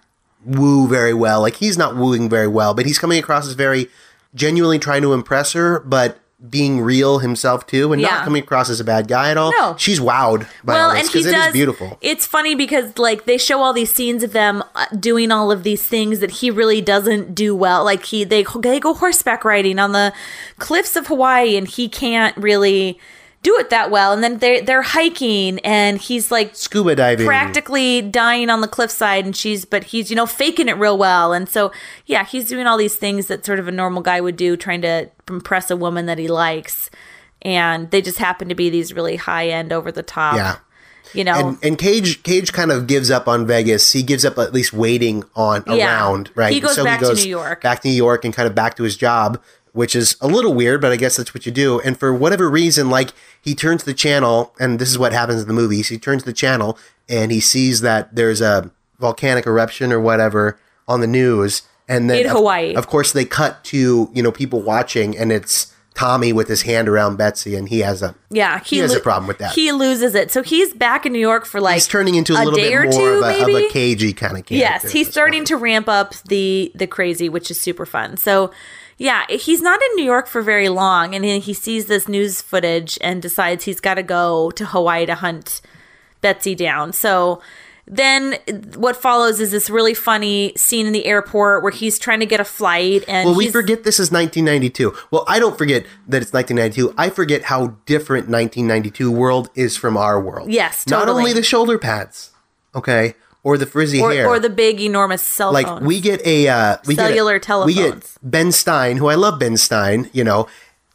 S4: woo very well. Like he's not wooing very well, but he's coming across as very genuinely trying to impress her, but being real himself too, and
S5: Yeah.
S4: not coming across as a bad guy at all.
S5: No.
S4: she's wowed by all this because it is beautiful.
S5: It's funny because like they show all these scenes of them uh, doing all of these things that he really doesn't do well. Like he they they go horseback riding on the cliffs of Hawaii and he can't really do it that well. And then they they're hiking and he's like
S4: Scuba diving.
S5: practically dying on the cliffside and she's but he's you know faking it real well and so yeah he's doing all these things that sort of a normal guy would do trying to impress a woman that he likes and they just happen to be these really high end over the top
S4: Yeah.
S5: you know
S4: And, and Cage Cage kind of gives up on Vegas. He gives up at least waiting on
S5: Yeah.
S4: around, right?
S5: He goes back to New York.
S4: back to New York, and kind of back to his job, which is a little weird, but I guess that's what you do. And for whatever reason, like he turns the channel, and this is what happens in the movies. He turns the channel, and he sees that there's a volcanic eruption or whatever on the news, and then
S5: In
S4: of-
S5: Hawaii.
S4: of course, they cut to you know people watching, and it's Tommy with his hand around Betsy, and he has a
S5: yeah
S4: he, has
S5: lo-
S4: a problem with that.
S5: he loses it so he's back in new york for like
S4: he's turning into a, little
S5: day
S4: bit
S5: or
S4: more
S5: two
S4: of, a, of
S5: maybe
S4: a cagey kind of character.
S5: yes he's starting to ramp up the the crazy which is super fun so yeah he's not in new york for very long and then he sees this news footage and decides he's got to go to hawaii to hunt betsy down so then what follows is this really funny scene in the airport where he's trying to get a flight and
S4: well, we
S5: he's-
S4: forget this is 1992. Well, I don't forget that it's 1992. I forget how different 1992 world is from our world.
S5: Yes,
S4: not
S5: totally.
S4: only the shoulder pads, okay, or the frizzy
S5: or,
S4: hair,
S5: or the big enormous cell
S4: like
S5: phone
S4: we get a uh, we
S5: Cellular
S4: get a, we get
S5: telephones.
S4: Ben Stein, who I love Ben Stein, you know,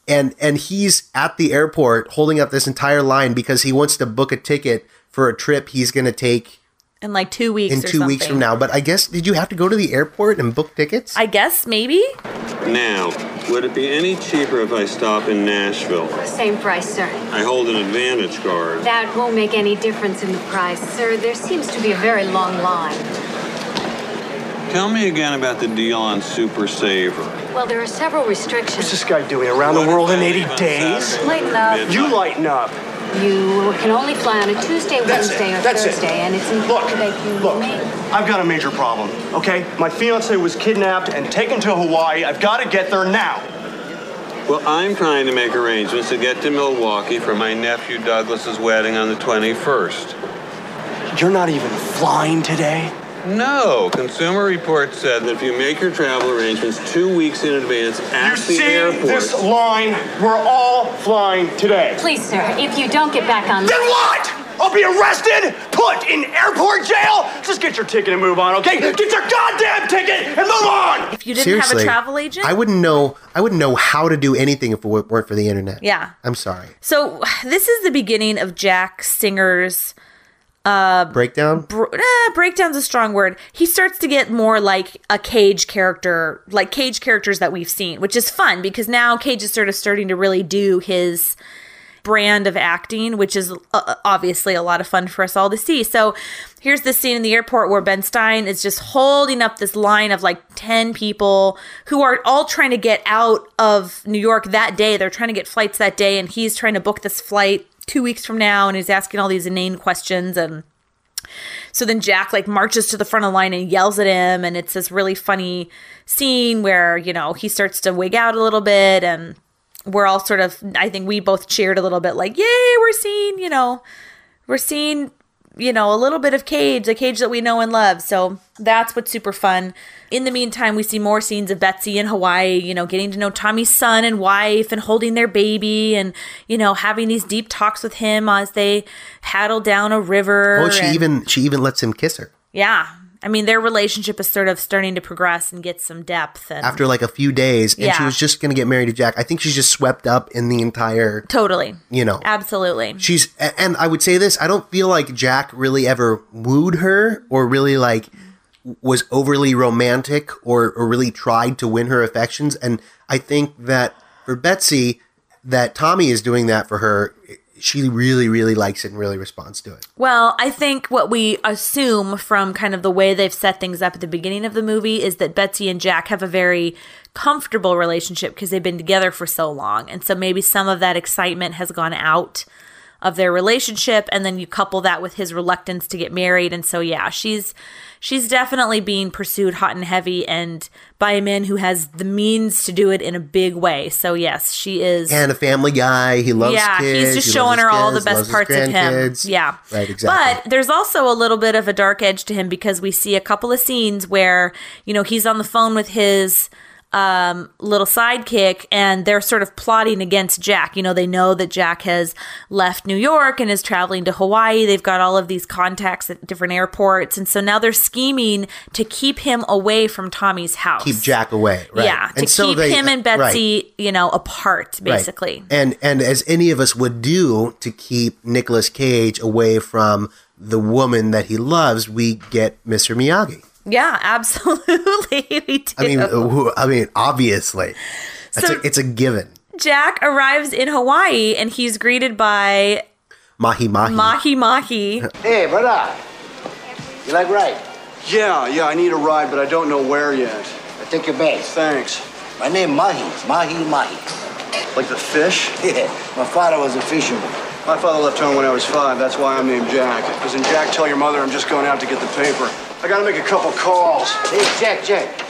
S4: and and he's at the airport holding up this entire line because he wants to book a ticket for a trip he's going to take
S5: in like two weeks
S4: in
S5: or
S4: two weeks
S5: something.
S4: from now. But I guess did you have to go to the airport and book tickets?
S5: i guess maybe
S14: Now, would it be any cheaper if I stop in Nashville?
S11: Same price, sir.
S14: I hold an advantage card.
S11: That won't make any difference in the price, sir. There seems to be a very long line.
S14: Tell me again about the deal on Super Saver.
S11: Well, there are several restrictions.
S1: What's this guy doing around the world in 80 days?
S11: Lighten up.
S1: You lighten up.
S11: You can only fly on a Tuesday,
S1: That's it.
S11: Wednesday, or
S1: That's it.
S11: Thursday, and it's important that you make.
S1: I've got a major problem, okay? My fiance was kidnapped and taken to Hawaii. I've got to get there now.
S14: Well, I'm trying to make arrangements to get to Milwaukee for my nephew Douglas's wedding on the 21st.
S1: You're not even flying today?
S14: No, Oh, Consumer Reports said that if you make your travel arrangements two weeks in advance at the
S1: See
S14: airport,
S1: this line? We're all flying today.
S11: Please, sir, if you don't get back on.
S1: Then what? I'll be arrested, put in airport jail. Just get your ticket and move on, okay? Get your goddamn ticket and move on.
S5: If you didn't have a travel agent
S4: I wouldn't know. I wouldn't know how to do anything if it wa- weren't for the internet.
S5: yeah
S4: I'm sorry.
S5: So this is the beginning of Jack Singer's uh
S4: Breakdown.
S5: br- eh, breakdown's a strong word. He starts to get more like a Cage character, like Cage characters that we've seen, which is fun because now Cage is sort of starting to really do his brand of acting, which is uh, obviously a lot of fun for us all to see. So here's this scene in the airport where Ben Stein is just holding up this line of like 10 people who are all trying to get out of New York that day. They're trying to get flights that day, and he's trying to book this flight two weeks from now, and he's asking all these inane questions and so then Jack like marches to the front of the line and yells at him, and it's this really funny scene where you know he starts to wig out a little bit, and we're all sort of, I think we both cheered a little bit, like, yay, we're seeing, you know, we're seeing, you know, a little bit of Cage, the Cage that we know and love. So that's what's super fun. In the meantime, we see more scenes of Betsy in Hawaii, you know, getting to know Tommy's son and wife and holding their baby and, you know, having these deep talks with him as they paddle down a river.
S4: Oh, she
S5: and-
S4: even she even lets him kiss her
S5: yeah. I mean, their relationship is sort of starting to progress and get some depth. And
S4: after like a few days, and she
S5: Yeah.
S4: was just gonna get married to Jack. I think she's just swept up in the entire,
S5: totally,
S4: you know,
S5: absolutely,
S4: she's a- and I would say this, I don't feel like Jack really ever wooed her or really like was overly romantic or, or really tried to win her affections. And I think that for Betsy, that Tommy is doing that for her. She really, really likes it and really responds to it.
S5: Well, I think what we assume from kind of the way they've set things up at the beginning of the movie is that Betsy and Jack have a very comfortable relationship because they've been together for so long. And so maybe some of that excitement has gone out of their relationship and then you couple that with his reluctance to get married and so yeah, she's she's definitely being pursued hot and heavy and by a man who has the means to do it in a big way. So yes, she is
S4: And a family guy, he loves
S5: yeah,
S4: kids,
S5: he's just
S4: he
S5: showing
S4: loves his
S5: her all the
S4: kids, loves
S5: best
S4: his
S5: parts of him.
S4: grandkids.
S5: Yeah.
S4: Right, exactly.
S5: But there's also a little bit of a dark edge to him because we see a couple of scenes where, you know, he's on the phone with his um, little sidekick and they're sort of plotting against Jack. You know, they know that Jack has left New York and is traveling to Hawaii. They've got all of these contacts at different airports. And so now they're scheming to keep him away from Tommy's house.
S4: keep Jack away. Right.
S5: Yeah, to
S4: And so
S5: keep
S4: they-
S5: him and
S4: right.
S5: Betsy, you know, apart,
S4: Right.
S5: basically.
S4: And and as any of us would do to keep Nicolas Cage away from the woman that he loves, we get Mr. Miyagi.
S5: Yeah, (laughs) absolutely. We do.
S4: I mean, who, I mean, obviously, That's
S5: uh, So-
S4: a, it's a given.
S5: Jack arrives in Hawaii and he's greeted by
S4: Mahi mahi. (laughs)
S5: Mahi Mahi.
S15: Hey, brother. You like right?
S1: Yeah, yeah, I need a ride, but I don't know where yet.
S15: I take your bag. Thanks. My name Mahi. Mahi Mahi. Like the fish? Yeah. My father was a fisherman.
S1: My father left home when I was five. That's why I'm named Jack. Because in Jack, tell your mother I'm just going out to get the paper. I gotta make a couple calls.
S15: Hey, Jack, Jack.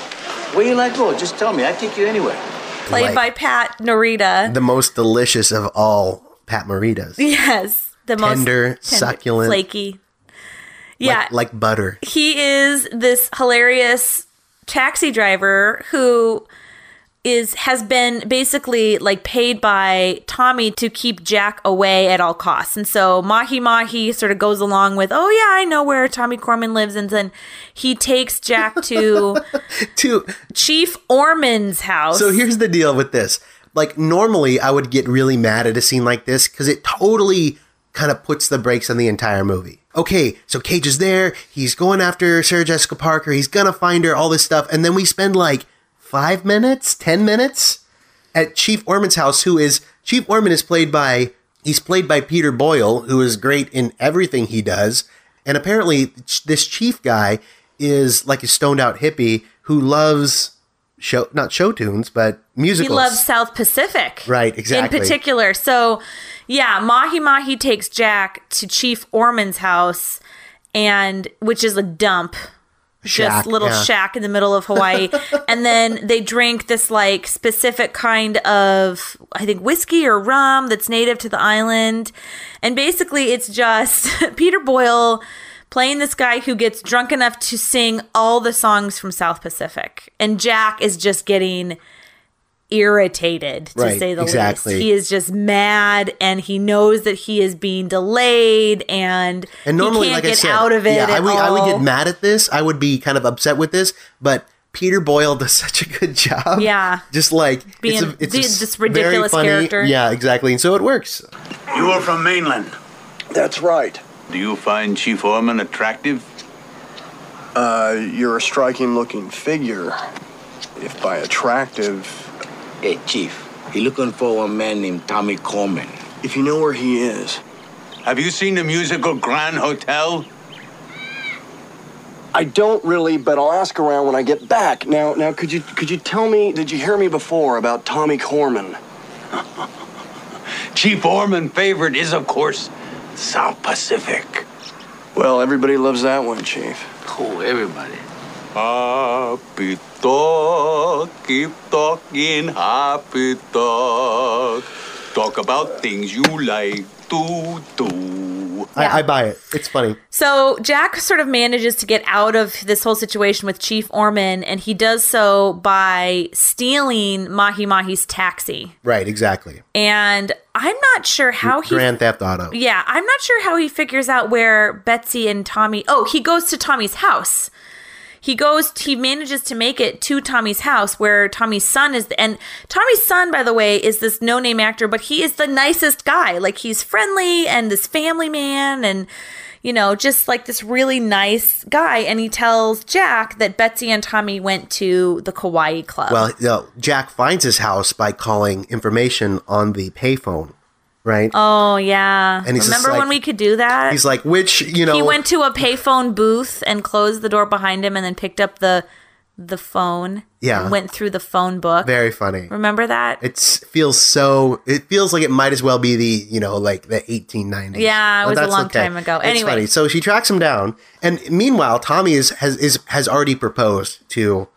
S15: Where you like go? Just tell me. I take you anywhere.
S5: Played by Pat Narita.
S4: The most delicious of all Pat Morita's.
S5: yes, the most
S4: Tender, succulent.
S5: flaky. Yeah,
S4: Like, like butter.
S5: he is this hilarious taxi driver who is has been basically like paid by Tommy to keep Jack away at all costs. And so Mahi Mahi sort of goes along with, "Oh yeah, I know where Tommy Corman lives." And then he takes Jack to
S4: to
S5: Chief Orman's house.
S4: So here's the deal with this. Like normally I would get really mad at a scene like this cuz it totally kind of puts the brakes on the entire movie. Okay, so Cage is there, he's going after Sarah Jessica Parker, he's going to find her, all this stuff, and then we spend like 5 minutes, 10 minutes at Chief Orman's house who is Chief Orman is played by he's played by Peter Boyle who is great in everything he does and apparently ch- this chief guy is like a stoned out hippie who loves show not show tunes but
S5: he
S4: musicals.
S5: loves South Pacific.
S4: right exactly.
S5: in particular. So, yeah, Mahi Mahi takes Jack to Chief Orman's house, and which is a dump,
S2: Shack,
S5: just little
S2: yeah.
S5: shack in the middle of
S4: (laughs)
S5: Hawaii. and then they drink this like specific kind of, I think, whiskey or rum that's native to the island. And basically, it's just (laughs) Peter Boyle. Playing this guy who gets drunk enough to sing all the songs from South Pacific. And Jack is just getting irritated to
S4: Right,
S5: say the
S4: exactly.
S5: least. He is just mad and he knows that he is being delayed and,
S4: and normally,
S5: he can't
S4: like
S5: get
S4: I said,
S5: out of it.
S4: yeah, I
S5: at
S4: would I would
S5: all.
S4: get mad at this. I would be kind of upset with this, but Peter Boyle does (laughs) such a good job.
S5: Yeah.
S4: just like
S5: Being
S4: it's a, it's a
S5: the-
S4: s-
S5: this
S4: very
S5: ridiculous
S4: funny-
S5: character.
S4: Yeah, exactly, and so it works.
S16: You are from mainland.
S1: That's right.
S16: Do you find Chief Orman attractive?
S1: Uh, you're a striking looking figure. If by attractive.
S10: Hey, Chief, he looking for a man named Tommy Coleman.
S1: If you know where he is.
S16: Have you seen the musical Grand Hotel?
S1: I don't really, but I'll ask around when I get back. Now, now, could you could you tell me? Did you hear me before about Tommy Corman?
S16: Chief Orman favorite is, of course, South Pacific.
S1: Well, everybody loves that one, Chief.
S16: Oh, everybody. Happy talk, keep talking, happy talk. Talk about things you like to do.
S4: I, I buy it. It's funny.
S5: So Jack sort of manages to get out of this whole situation with Chief Orman, and he does so by stealing Mahi Mahi's taxi.
S4: Right, exactly.
S5: And I'm not sure how he.
S4: Grand Theft Auto.
S5: Yeah, I'm not sure how he figures out where Betsy and Tommy. Oh, he goes to Tommy's house. He goes. He manages to make it to Tommy's house, where Tommy's son is. And Tommy's son, by the way, is this no-name actor, but he is the nicest guy. Like he's friendly and this family man, and you know, just like this really nice guy. And he tells Jack that Betsy and Tommy went to the Kawaii Club.
S4: Well, no, Jack finds his house by calling information on the payphone, right?
S5: Oh yeah.
S4: And he's just
S5: Remember when
S4: like-
S5: we could do that?
S4: He's like, which you know,
S5: he went to a payphone booth and closed the door behind him, and then picked up the the phone.
S4: Yeah.
S5: and went through the phone book.
S4: very funny.
S5: Remember that?
S4: It feels so. It feels like it might as well be the you know like the 1890s.
S5: Yeah, it
S4: But
S5: was a
S4: that's
S5: long time ago.
S4: It's
S5: Anyway.
S4: funny. so she tracks him down, and meanwhile, Tommy is has is has already proposed to,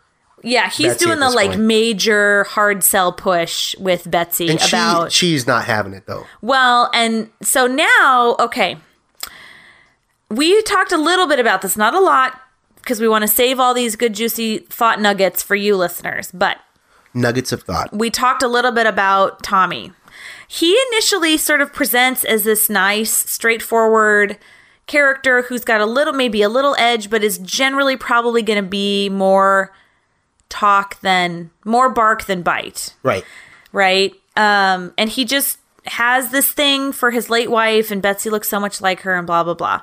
S5: yeah, he's
S4: Betsy
S5: doing
S4: at
S5: the
S4: this
S5: like
S4: point.
S5: major hard sell push with Betsy
S4: and
S5: about
S4: she she's not having it though.
S5: Well, and so now, okay. We talked a little bit about this, not a lot, because we want to save all these good, juicy thought nuggets for you listeners. But
S4: Nuggets of thought.
S5: we talked a little bit about Tommy. He initially sort of presents as this nice, straightforward character who's got a little, maybe a little edge, but is generally probably going to be more talk than, more bark than bite
S4: Right.
S5: right? Um, and he just has this thing for his late wife, and Betsy looks so much like her, and blah blah blah.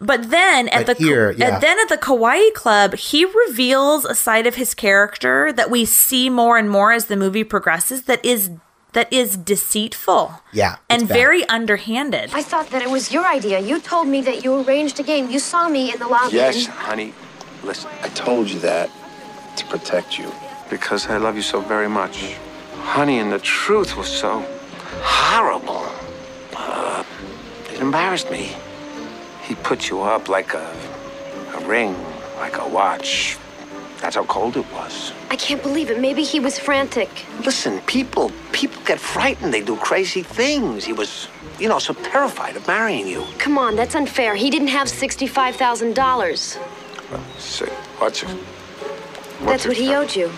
S5: But then at
S4: But
S5: the
S4: here,
S5: and
S4: yeah.
S5: then at the Kawaii Club, he reveals a side of his character that we see more and more as the movie progresses. That is that is deceitful
S4: Yeah.
S5: and
S4: it's bad.
S5: very underhanded.
S11: I thought that it was your idea. You told me that you arranged a game. You saw me in the lobby.
S10: Yes,
S11: and-
S10: honey. Listen, I told you that to protect you.
S12: Because I love you so very much. Honey, and the truth was so horrible. Uh,
S9: It embarrassed me. He put you up like a, a ring, like a watch. That's how cold it was.
S11: I can't believe it. Maybe he was frantic.
S9: Listen, people, people get frightened. They do crazy things. He was, you know, so terrified of marrying you.
S11: Come on, that's unfair. He didn't have $65,000.
S12: Say, what's it?
S11: That's what he owed you.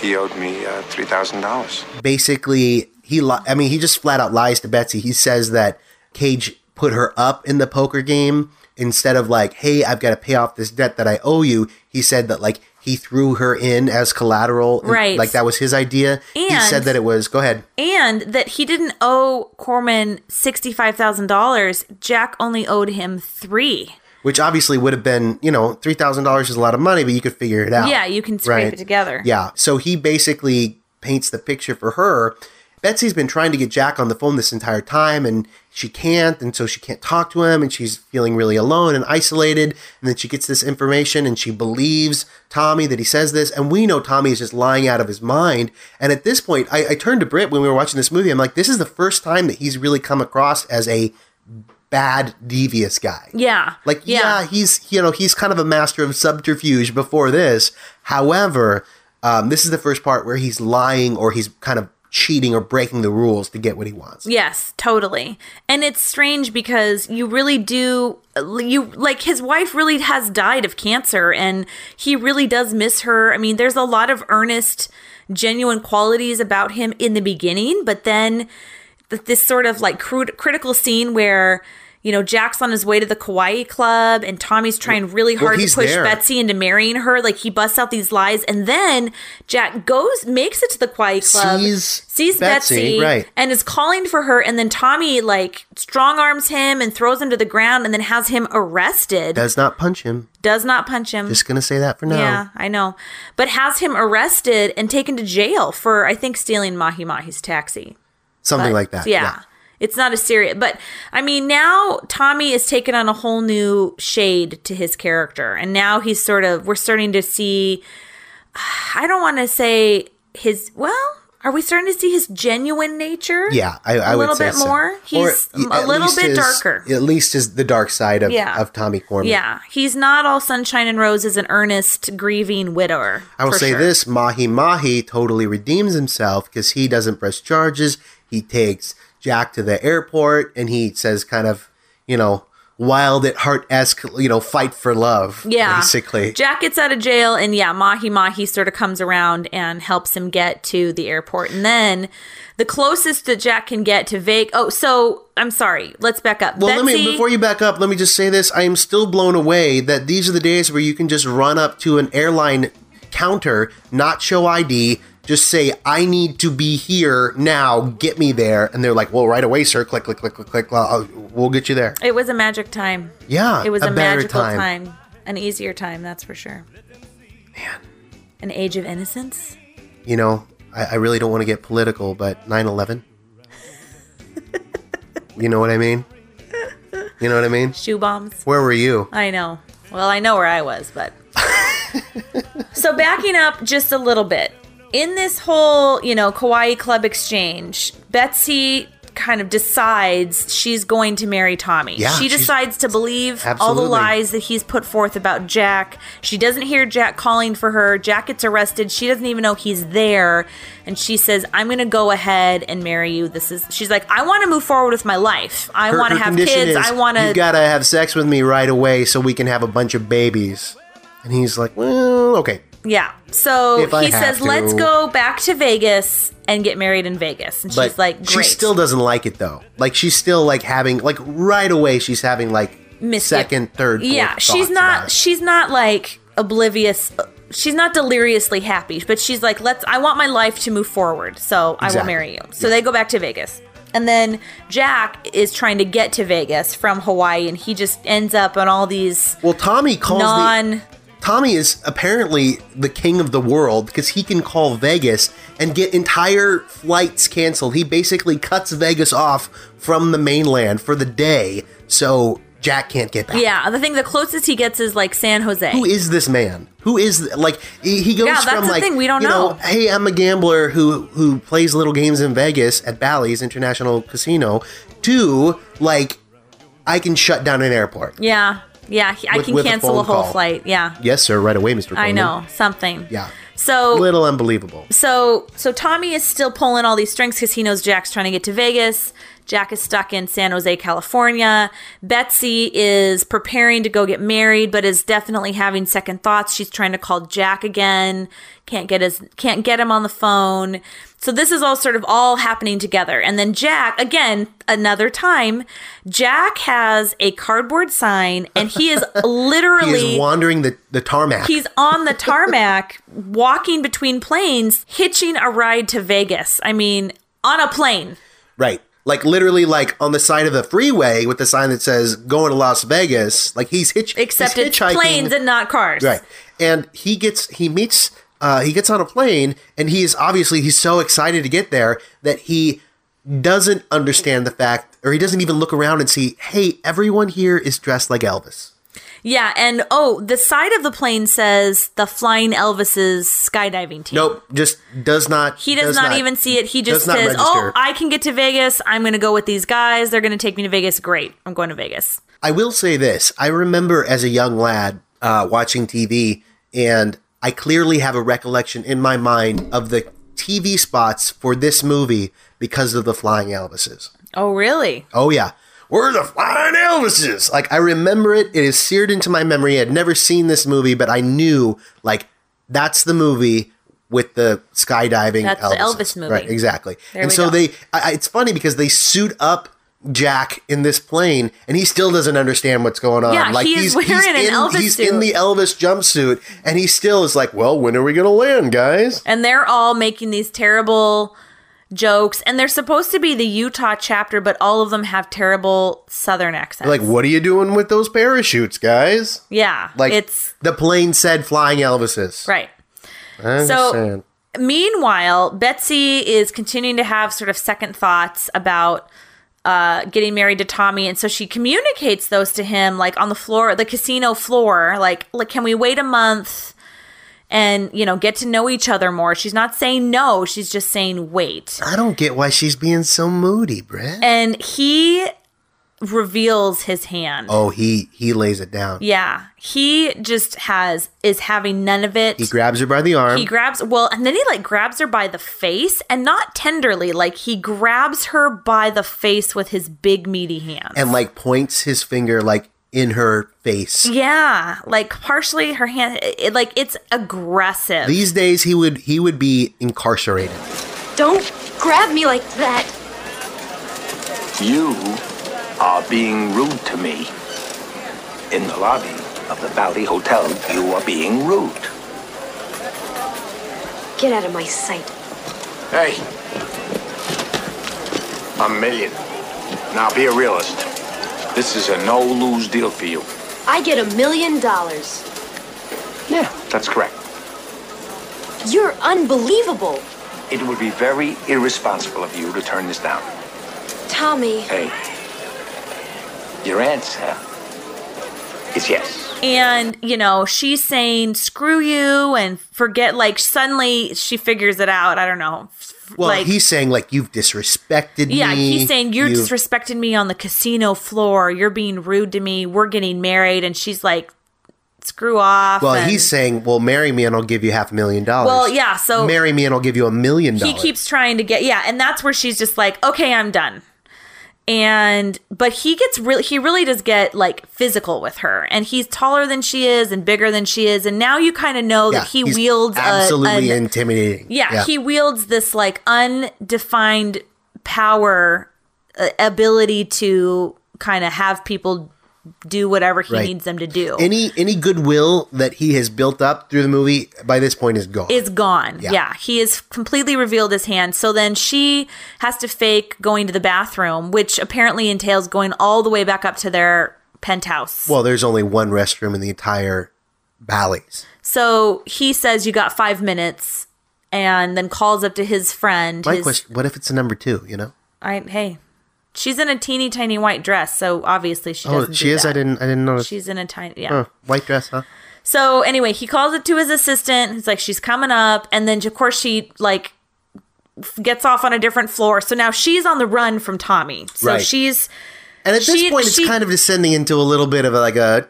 S12: He owed me uh, $3,000.
S4: basically he li- i mean he just flat out lies to betsy he says that cage put her up in the poker game instead of like hey i've got to pay off this debt that i owe you he said that like he threw her in as collateral and,
S5: Right.
S4: like that was his idea he
S5: And-
S4: said that it was go ahead
S5: and that he didn't owe Corman sixty five thousand dollars. Jack only owed him three.
S4: which obviously would have been you know $3000 is a lot of money but you could figure it out
S5: Yeah, you can scrape
S4: right?
S5: it together.
S4: Yeah. So he basically paints the picture for her. Betsy's been trying to get Jack on the phone this entire time and she can't. And so she can't talk to him and she's feeling really alone and isolated. And then she gets this information and she believes Tommy that he says this. And we know Tommy is just lying out of his mind. And at this point, I, I turned to Britt when we were watching this movie. I'm like, this is the first time that he's really come across as a bad, devious guy.
S5: Yeah.
S4: Like, yeah. he's you know he's kind of a master of subterfuge before this. However, um, this is the first part where he's lying or he's kind of cheating or breaking the rules to get what he wants.
S5: Yes, totally. And it's strange because you really do you like his wife really has died of cancer and he really does miss her. I mean, there's a lot of earnest genuine qualities about him in the beginning, but then th- this sort of like crude, critical scene where you know Jack's on his way to the Kawaii Club and Tommy's trying really
S4: Well,
S5: hard
S4: he's
S5: to push
S4: there.
S5: Betsy into marrying her. Like he busts out these lies, and then Jack goes makes it to the Kawaii Club,
S4: Sees
S5: sees
S4: Betsy,
S5: Betsy
S4: right.
S5: and is calling for her and then Tommy like strong arms him and throws him to the ground and then has him arrested
S4: Does not punch him.
S5: does not punch him
S4: Just gonna say that for now.
S5: yeah I know but has him arrested and taken to jail for I think stealing Mahi Mahi's taxi
S4: Something
S5: But,
S4: like that.
S5: yeah, It's not a serious, but I mean, now Tommy is taken on a whole new shade to his character, and now he's (sighs) sort of we're starting to see. I don't want to say his well. Are we starting to see his genuine nature?
S4: Yeah, I, I
S5: a
S4: would
S5: little
S4: say
S5: bit
S4: so.
S5: more.
S4: Or
S5: He's
S4: y-
S5: a
S4: at
S5: little
S4: least
S5: bit
S4: his-
S5: darker.
S4: At least is the dark side of,
S5: Yeah.
S4: of Tommy Corman.
S5: Yeah, he's not all sunshine and roses, an earnest, grieving widower.
S4: I will
S5: for
S4: say
S5: sure.
S4: this: Mahi Mahi totally redeems himself because he doesn't press charges. He takes Jack to the airport, and he says, kind of, you know, wild at heart esque, you know, fight for love.
S5: Yeah.
S4: basically.
S5: Jack gets out of jail, and yeah, Mahi Mahi sort of comes around and helps him get to the airport. And then the closest that Jack can get to Vague. Oh, so I'm sorry. Let's back up.
S4: well, let
S5: Betsy,
S4: me before you back up. Let me just say this: I am still blown away that these are the days where you can just run up to an airline counter, not show ID, just say, "I need to be here now. Get me there," and they're like, "Well, right away, sir. Click, click, click, click, click. Uh, we'll get you there."
S5: It was a magic time.
S4: Yeah,
S5: It was
S4: a
S5: a,
S4: better
S5: magical
S4: time.
S5: time. An easier time, that's for sure. Man. An age of innocence?
S4: you know, I, I really don't want to get political, but 9
S5: (laughs)
S4: 11. you know what I mean? You know what I mean?
S5: Shoe bombs?
S4: Where were you?
S5: I know. Well, I know where I was,
S4: (laughs)
S5: but. so backing up just a little bit. In this whole, you know, Kawaii Club exchange, Betsy kind of decides she's going to marry Tommy.
S2: Yeah,
S5: she
S2: she's-
S5: decides to believe all
S2: Absolutely.
S5: the lies that he's put forth about Jack. She doesn't hear Jack calling for her. Jack gets arrested. She doesn't even know he's there. And she says, I'm going to go ahead and marry you. This is, she's like, I want to move forward with my life. I
S4: Her-
S5: want to
S4: her
S5: have
S4: condition
S5: kids.
S4: is,
S5: I want
S4: You
S5: to.
S4: gotta have sex with me right away so we can have a bunch of babies. And he's like, well, okay.
S5: Yeah. So
S4: If I
S5: he
S4: have
S5: says,
S4: to.
S5: let's go back to Vegas and get married in Vegas. And
S4: but
S5: she's like,
S4: she
S5: great.
S4: still doesn't like it though. Like, she's still like having, like, right away, she's having like
S5: Misgiving.
S4: second, third, fourth
S5: yeah. She's
S4: thoughts about
S5: not, she's not like oblivious. She's not deliriously happy, but she's like, let's, I want my life to move forward. So I will
S2: Exactly.
S5: marry you. So they go back to Vegas. And then Jack is trying to get to Vegas from Hawaii and he just ends up on all these.
S4: Well, Tommy calls the-
S5: non.
S4: Tommy is apparently the king of the world because he can call Vegas and get entire flights canceled. He basically cuts Vegas off from the mainland for the day, so Jack can't get back.
S5: yeah. The thing, the closest he gets is like San Jose.
S4: Who is this man? Who is like he he goes
S5: Yeah, that's
S4: from
S5: the
S4: like
S5: thing, we don't
S4: you
S5: know.
S4: Hey, I'm a gambler who who plays little games in Vegas at Bally's International Casino to like I can shut down an airport.
S5: Yeah, yeah. he- I
S4: With-
S5: can
S4: with a
S5: cancel
S4: phone
S5: a, whole
S4: call.
S5: flight. Yeah,
S4: Yes, sir. Right away, Mr.
S5: I
S4: Coleman.
S5: know something.
S4: Yeah.
S5: So
S4: Little unbelievable.
S5: so so Tommy is still pulling all these strings because he knows Jack's trying to get to Vegas. Jack is stuck in San Jose, California. Betsy is preparing to go get married, but is definitely having second thoughts. She's trying to call Jack again. Can't get his can't get him on the phone. So this is all sort of all happening together. And then Jack, again, another time, Jack has a cardboard sign and (laughs) he is
S4: He
S5: literally
S4: is wandering the, the tarmac.
S5: He's on the tarmac, walking between planes, hitching a ride to Vegas. I mean, on a plane.
S4: Right. Like literally, like on the side of the freeway with the sign that says "Going to Las Vegas." Like he's hitch,
S5: Except
S4: he's
S5: it's
S4: hitchhiking.
S5: planes and not cars.
S4: right. And he gets he meets uh, he gets on a plane, and he is obviously he's so excited to get there that he doesn't understand the fact, or he doesn't even look around and see, hey, everyone here is dressed like Elvis.
S5: Yeah, and oh, the side of the plane says the Flying Elvis's skydiving team.
S4: Nope, just does not.
S5: He does, not, even see it. He
S4: does
S5: just
S4: not
S5: says,
S4: register.
S5: "Oh, I can get to Vegas. I'm going to go with these guys. They're going to take me to Vegas. Great. I'm going to Vegas."
S4: I will say this. I remember as a young lad uh, watching TV, and I clearly have a recollection in my mind of the TV spots for this movie because of the Flying Elvises.
S5: Oh, really?
S4: Oh, yeah. We're the Flying Elvises. Like, I remember it. It is seared into my memory. I'd never seen this movie, but I knew, like, that's the movie with the skydiving
S5: That's the
S4: Elvises.
S5: Elvis movie.
S4: Right, exactly.
S5: There
S4: and
S5: we
S4: so
S5: go.
S4: they, I, I- it's funny because they suit up Jack in this plane, and he still doesn't understand what's going on.
S5: Yeah,
S4: like
S5: he is wearing an
S4: in,
S5: Elvis
S4: He's
S5: suit.
S4: in the Elvis jumpsuit, and he still is like, "Well, when are we gonna land, guys?"
S5: and they're all making these terrible jokes and they're supposed to be the utah chapter but all of them have terrible southern accents
S4: Like, what are you doing with those parachutes, guys?
S5: yeah
S4: Like,
S5: it's
S4: the plane said "Flying Elvises."
S5: right
S4: I
S5: So-
S4: understand.
S5: meanwhile betsy is continuing to have sort of second thoughts about uh, getting married to tommy and so she communicates those to him like on the floor the casino floor like like can we wait a month and, you know, get to know each other more. She's not saying no, she's just saying wait.
S4: I don't get why she's being so moody, Brett.
S5: And he reveals his hand.
S4: Oh, he he lays it down.
S5: Yeah. He just has is having none of it.
S4: He grabs her by the arm.
S5: He grabs well, and then he like grabs her by the face, and not tenderly. Like he grabs her by the face with his big meaty hand.
S4: and like points his finger like in her face.
S5: yeah, like partially her hand. It, like it's aggressive.
S4: These days he would he would be incarcerated.
S13: Don't grab me like that.
S9: You are being rude to me. In the lobby of the Valley Hotel, you are being rude.
S13: Get out of my sight.
S9: Hey, a million. Now be a realist. This is a no lose deal for you.
S13: I get a million dollars.
S9: Yeah. That's correct.
S13: You're unbelievable.
S9: It would be very irresponsible of you to turn this down.
S13: Tommy,
S9: Hey, your answer is yes.
S5: And, you know, she's saying, screw you and forget. Like, suddenly she figures it out. I don't know. F-
S4: Well,
S5: like,
S4: he's saying like you've disrespected me.
S5: yeah, he's saying, you're
S4: you've-"
S5: disrespecting me on the casino floor. You're being rude to me. We're getting married. And she's like, screw off.
S4: Well,
S5: and-
S4: he's saying, "Well, marry me and I'll give you half a million dollars."
S5: Well, yeah, so-
S4: marry me and I'll give you a million
S5: he
S4: dollars.
S5: keeps trying to get yeah and that's where she's just like okay i'm done and but he gets really he really does get like physical with her and he's taller than she is and bigger than she is and now you kind of know
S4: Yeah,
S5: that he
S4: he's
S5: wields a-
S4: absolutely
S5: an-
S4: intimidating.
S5: yeah, he wields this like undefined power uh, ability to kind of have people do whatever he
S4: Right.
S5: needs them to do
S4: any any goodwill that he has built up through the movie by this point is gone.
S5: is gone.
S4: Yeah.
S5: Yeah. He has completely revealed his hand. So then she has to fake going to the bathroom, which apparently entails going all the way back up to their penthouse.
S4: well, there's only one restroom in the entire valleys.
S5: So he says, You got five minutes, and then calls up to his friend.
S4: My
S5: his-
S4: question: What if it's a number two? You know?
S5: I, hey, she's in a teeny tiny white dress. So obviously she
S4: Oh,
S5: doesn't.
S4: she
S5: do
S4: is. I
S5: that.
S4: didn't. I didn't notice.
S5: She's in a tiny, yeah.
S4: Oh, white dress, huh?
S5: So anyway, he calls it to his assistant. He's like, she's coming up. And then, of course, she like f- gets off on a different floor. So now she's on the run from Tommy. So
S4: Right.
S5: she's.
S4: And at this
S5: she-
S4: point, it's
S5: she-
S4: kind of descending into a little bit of a, like a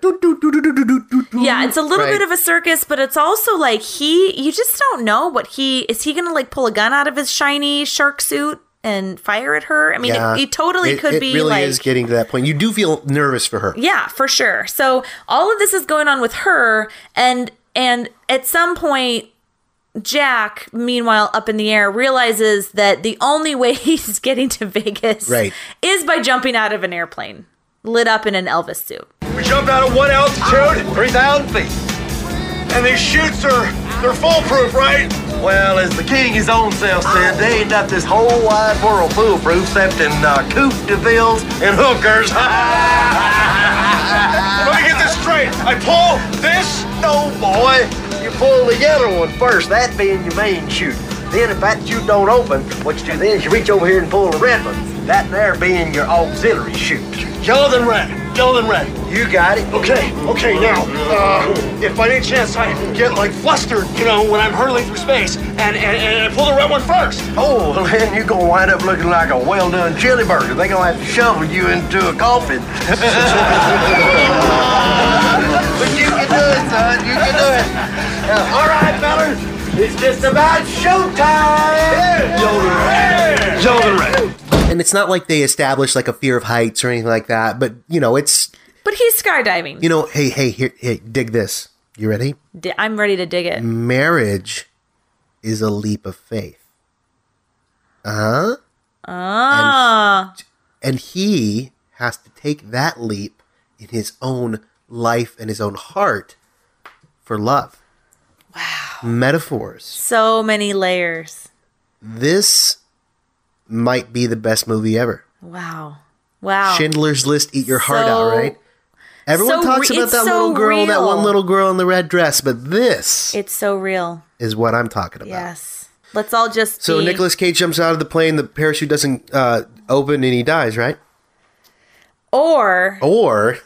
S5: Yeah, it's a little
S4: Right.
S5: bit of a circus, but it's also like he, you just don't know what he, is he going to like pull a gun out of his shiny shark suit and fire at her? I mean,
S4: Yeah.
S5: it, it totally
S4: It-
S5: could
S4: it
S5: be
S4: really
S5: like.
S4: is getting to that point. You do feel nervous for her.
S5: Yeah, for sure. So all of this is going on with her, and and at some point, Jack, meanwhile up in the air, realizes that the only way (laughs) he's getting to Vegas
S6: Right.
S5: is by jumping out of an airplane, lit up in an Elvis suit.
S6: We jumped out at what altitude? 3,000 feet. And these chutes are, they're foolproof, right? Well, as the king his own self said, they ain't got this whole wide world foolproof except in uh, coupe de villes and hookers. (laughs) Let me get this straight. I pull this? No, boy. You pull the yellow one first, that being your main chute. Then if that chute don't open, what you do then is you reach over here and pull the red one. That there being your auxiliary chute. Yellow then red. Yellow then red. You got it.
S1: Okay, okay, now, uh, if by any chance I get, like, flustered, you know, when I'm hurtling through space, and, and, and I pull the right one first.
S6: Oh, well, then you're gonna wind up looking like a well done chili burger. They're gonna have to shovel you into a coffin. (laughs) but you can do it, son. You can do it. Yeah, all right, fellas. It's just about showtime. Yolden Red.
S4: And it's not like they established like a fear of heights or anything like that, but you know, it's
S5: But he's skydiving.
S4: you know, hey, hey, here, hey, dig this. You ready?
S5: D- I'm ready to dig it.
S4: Mm. Marriage is a leap of faith. Uh huh.
S5: Ah,
S4: And he has to take that leap in his own life and his own heart for love. Wow. Metaphors.
S5: so many layers.
S4: This might be the best movie ever.
S5: Wow, wow.
S4: Schindler's List, eat your heart out,
S5: So-
S4: right? Everyone
S5: so
S4: talks
S5: re-
S4: about
S5: it's
S4: that
S5: so
S4: little girl, that
S5: real.
S4: one little girl in the red dress, but this
S5: It's so real.
S4: is what I'm talking about.
S5: Yes. Let's all just.
S4: So
S5: be-
S4: Nicolas Cage jumps out of the plane, the parachute doesn't uh, open, and he dies, right?
S5: Or
S4: Or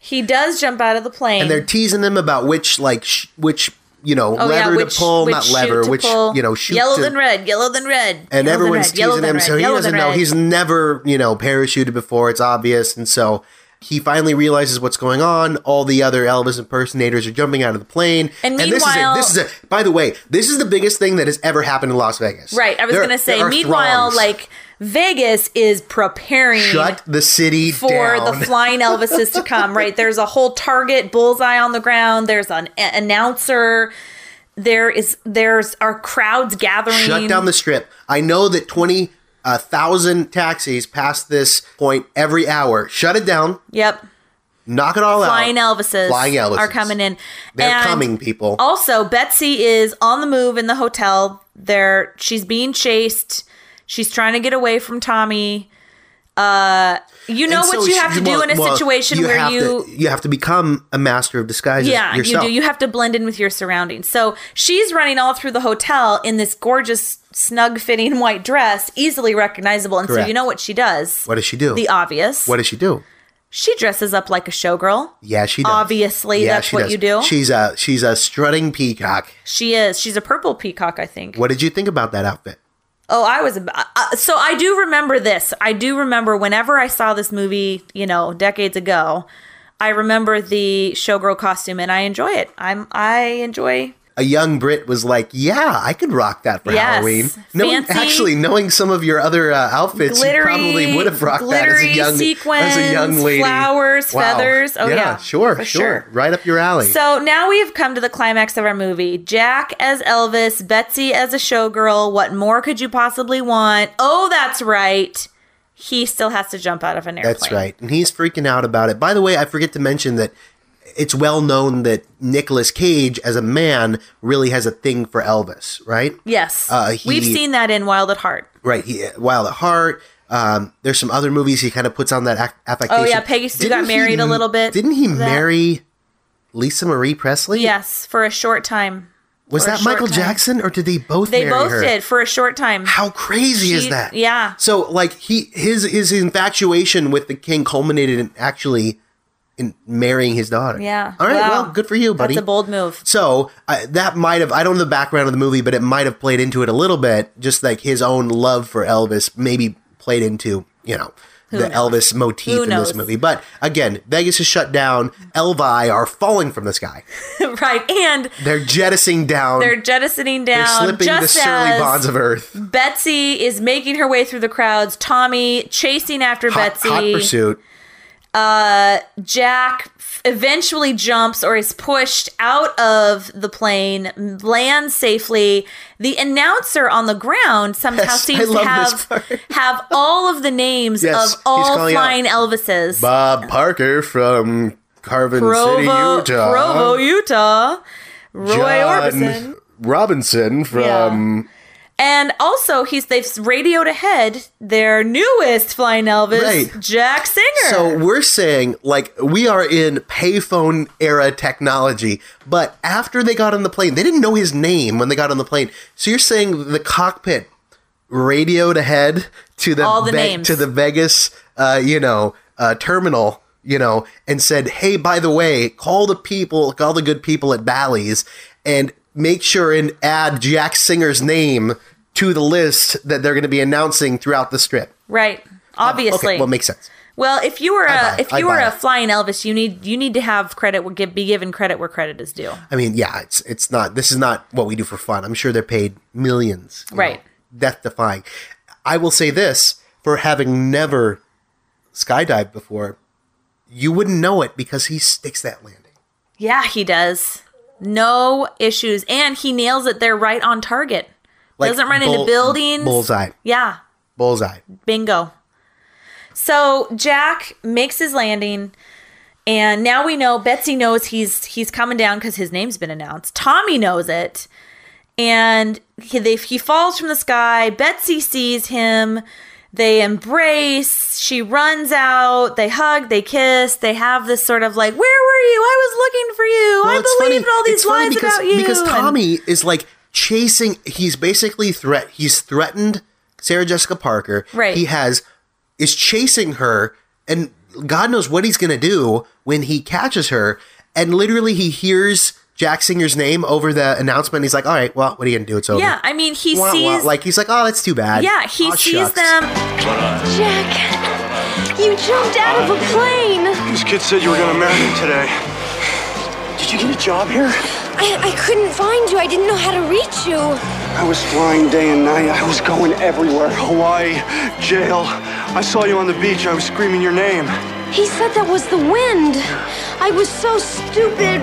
S5: He does jump out of the plane.
S4: and they're teasing them about which like sh- which you know
S5: Oh, yeah,
S4: lever
S5: which-
S4: to pull,
S5: which
S4: not
S5: shoot
S4: lever,
S5: to
S4: which
S5: pull.
S4: you know shoot
S5: Yellow
S4: to,
S5: than red, yellow than red,
S4: and
S5: yellow than
S4: everyone's
S5: red, yellow
S4: teasing
S5: than
S4: him,
S5: red,
S4: so he
S5: yellow than
S4: doesn't know.
S5: red.
S4: He's never, you know, parachuted before. It's obvious, and so he finally realizes what's going on. All the other Elvis impersonators are jumping out of the plane,
S5: And
S4: this is it.
S5: meanwhile-
S4: This is it. By the way, this is the biggest thing that has ever happened in Las Vegas.
S5: Right. I was
S4: There-
S5: going to say,
S4: there are
S5: meanwhile,
S4: throngs.
S5: like Vegas is preparing
S4: shut the city
S5: for
S4: down.
S5: the flying Elvises to
S4: (laughs)
S5: come, right? There's a whole target bullseye on the ground. There's an a- announcer. There is, there's our crowds gathering.
S4: Shut down the strip. I know that twenty uh, thousand taxis pass this point every hour. Shut it down.
S5: Yep.
S4: Knock it all
S5: Flying
S4: out.
S5: Elvises.
S4: Flying Elvises.
S5: Are coming in.
S4: They're
S5: And
S4: coming, people.
S5: Also, Betsy is on the move in the hotel. There, she's being chased. She's trying to get away from Tommy. Uh, you know
S4: And
S5: what
S4: so
S5: you
S4: she-
S5: have to
S4: well-
S5: do in a
S4: well,
S5: situation where
S4: have
S5: you
S4: to, you have to become a master of disguise.
S5: yeah
S4: yourself.
S5: you do you have to blend in with your surroundings so she's running all through the hotel in this gorgeous snug fitting (laughs) white dress easily recognizable and so
S4: Correct.
S5: you know what she does
S4: What does she do?
S5: the obvious
S4: What does she do?
S5: she dresses up like a showgirl
S4: Yeah, she does.
S5: Obviously,
S4: Yeah,
S5: that's
S4: she
S5: what
S4: does.
S5: you do.
S4: She's a she's a strutting peacock.
S5: she is she's a purple peacock i think
S4: What did you think about that outfit?
S5: Oh, I was. Uh, uh, so I do remember this. I do remember whenever I saw this movie, you know, decades ago. I remember the showgirl costume, and I enjoy it. I'm. I enjoy.
S4: A young Brit was like, "Yeah, I could rock that for
S5: Yes.
S4: Halloween." Knowing,
S5: Fancy.
S4: actually, knowing some of your other uh, outfits, you probably would have rocked that as a
S5: glittery
S4: young as a young
S5: sequins,
S4: lady.
S5: flowers, feathers. Oh, yeah,
S4: sure,
S5: for
S4: sure,
S5: sure.
S4: right up your alley.
S5: So now we have come to the climax of our movie. Jack as Elvis, Betsy as a showgirl. What more could you possibly want? Oh, that's right. He still has to jump out of an airplane.
S4: That's right. And he's freaking out about it. By the way, I forget to mention that it's well known that Nicolas Cage as a man really has a thing for Elvis, right?
S5: Yes.
S4: Uh, he-
S5: We've seen that in Wild at Heart.
S4: Right. He, Wild at Heart. Um, there's some other movies he kind of puts on that ac- affectation.
S5: Oh, yeah. Peggy Sue got
S4: Didn't he
S5: married a
S4: m-
S5: little bit.
S4: Didn't he
S5: That-
S4: marry Lisa Marie Presley?
S5: Yes, for a short time.
S4: Was
S5: For a
S4: that
S5: short
S4: Michael
S5: time.
S4: Jackson or did they both
S5: They
S4: marry
S5: both
S4: her?
S5: did for a short time.
S4: How crazy is
S5: She-
S4: that?
S5: Yeah.
S4: So like he his his infatuation with the king culminated in actually in marrying his daughter.
S5: Yeah.
S4: All right.
S5: Wow.
S4: Well, good for you, buddy.
S5: That's a bold move. (laughs)
S4: So I that might have I don't know the background of the movie, but it might have played into it a little bit. Just like his own love for Elvis, maybe played into you know.
S5: Who
S4: the
S5: knows?
S4: Elvis motif
S5: Who
S4: in this
S5: knows?
S4: movie. But again, Vegas is shut down. Elvi are falling from the sky.
S5: right. And
S4: They're jettisoning down.
S5: they're jettisoning down.
S4: They're slipping the
S5: just
S4: surly
S5: as
S4: bonds of earth.
S5: Betsy is making her way through the crowds. Tommy chasing after Betsy.
S4: Hot pursuit.
S5: Uh, Jack f- eventually jumps or is pushed out of the plane, lands safely. The announcer on the ground somehow
S4: Yes, I
S5: seems to
S4: love
S5: have
S4: this (laughs)
S5: have all of the names
S4: Yes,
S5: of
S4: he's
S5: all
S4: calling out
S5: flying Elvises.
S4: Bob Parker from Carvin City,
S5: Provo,
S4: Utah.
S5: Provo, Utah. Roy
S4: John
S5: Orbison.
S4: Robinson from
S5: And also, he's they've radioed ahead their newest flying Elvis,
S4: Right.
S5: Jack Singer.
S4: So we're saying like we are in payphone era technology, but after they got on the plane, they didn't know his name when they got on the plane. So you're saying the cockpit radioed ahead to the,
S5: All the
S4: Ve-
S5: names.
S4: to the Vegas uh, you know, uh, terminal, you know, and said, "Hey, by the way, call the people, call the good people at Bally's and make sure and add Jack Singer's name to the list that they're going to be announcing throughout the strip."
S5: right, obviously.
S4: Okay, well, uh, makes sense.
S5: Well, if you were a if
S4: I
S5: you were
S4: buy
S5: a
S4: it.
S5: flying Elvis, you need you need to have credit would give be given credit where credit is due.
S4: I mean, yeah, it's it's not. This is not what we do for fun. I'm sure they're paid millions. you know,
S5: Right.
S4: death defying. I will say this for having never skydived before, you wouldn't know it because he sticks that landing.
S5: Yeah, he does. No issues, and he nails it. They're right on target.
S4: Like
S5: Doesn't run into
S4: bull-
S5: buildings.
S4: Bullseye.
S5: Yeah,
S4: Bullseye.
S5: Bingo. So Jack makes his landing, and now we know Betsy knows he's he's coming down because his name's been announced. Tommy knows it, and he, they, he falls from the sky. Betsy sees him. They embrace. She runs out. They hug. They kiss. They have this sort of like, "Where were you? I was looking for you.
S4: Well, it's
S5: I believed
S4: funny-
S5: all these
S4: it's funny
S5: lies
S4: because,
S5: about you."
S4: Because
S5: And-
S4: Tommy is like chasing. He's basically threat. He's threatened Sarah Jessica Parker.
S5: Right.
S4: He has is chasing her, and God knows what he's gonna do. when he catches her, and literally he hears Jack Singer's name over the announcement. He's like, "All right, well, what are you gonna do? It's over."
S5: Yeah, I mean, he
S4: Wah, wah.
S5: sees-
S4: like he's like, "Oh, that's too bad."
S5: Yeah, he
S4: Aw,
S5: sees
S4: shucks.
S5: them.
S13: Jack, you jumped out of a plane.
S17: This kid said you were gonna marry me today. Did you get a job here?
S13: I, I couldn't find you. I didn't know how to reach you.
S17: I was flying day and night. I was going everywhere. Hawaii, jail. I saw you on the beach. I was screaming your name.
S13: He said that was the wind. I was so stupid.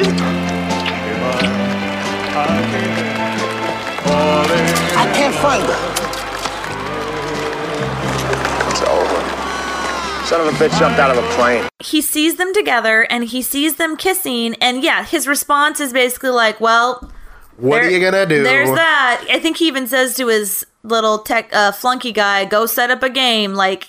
S15: I can't find her.
S9: It's over. Son of a bitch jumped out of a plane.
S5: He sees them together and he sees them kissing. And yeah, his response is basically like, well,
S4: What are
S5: There-
S4: you gonna do?
S5: There's that. I think he even says to his little tech uh, flunky guy, "Go set up a game." Like,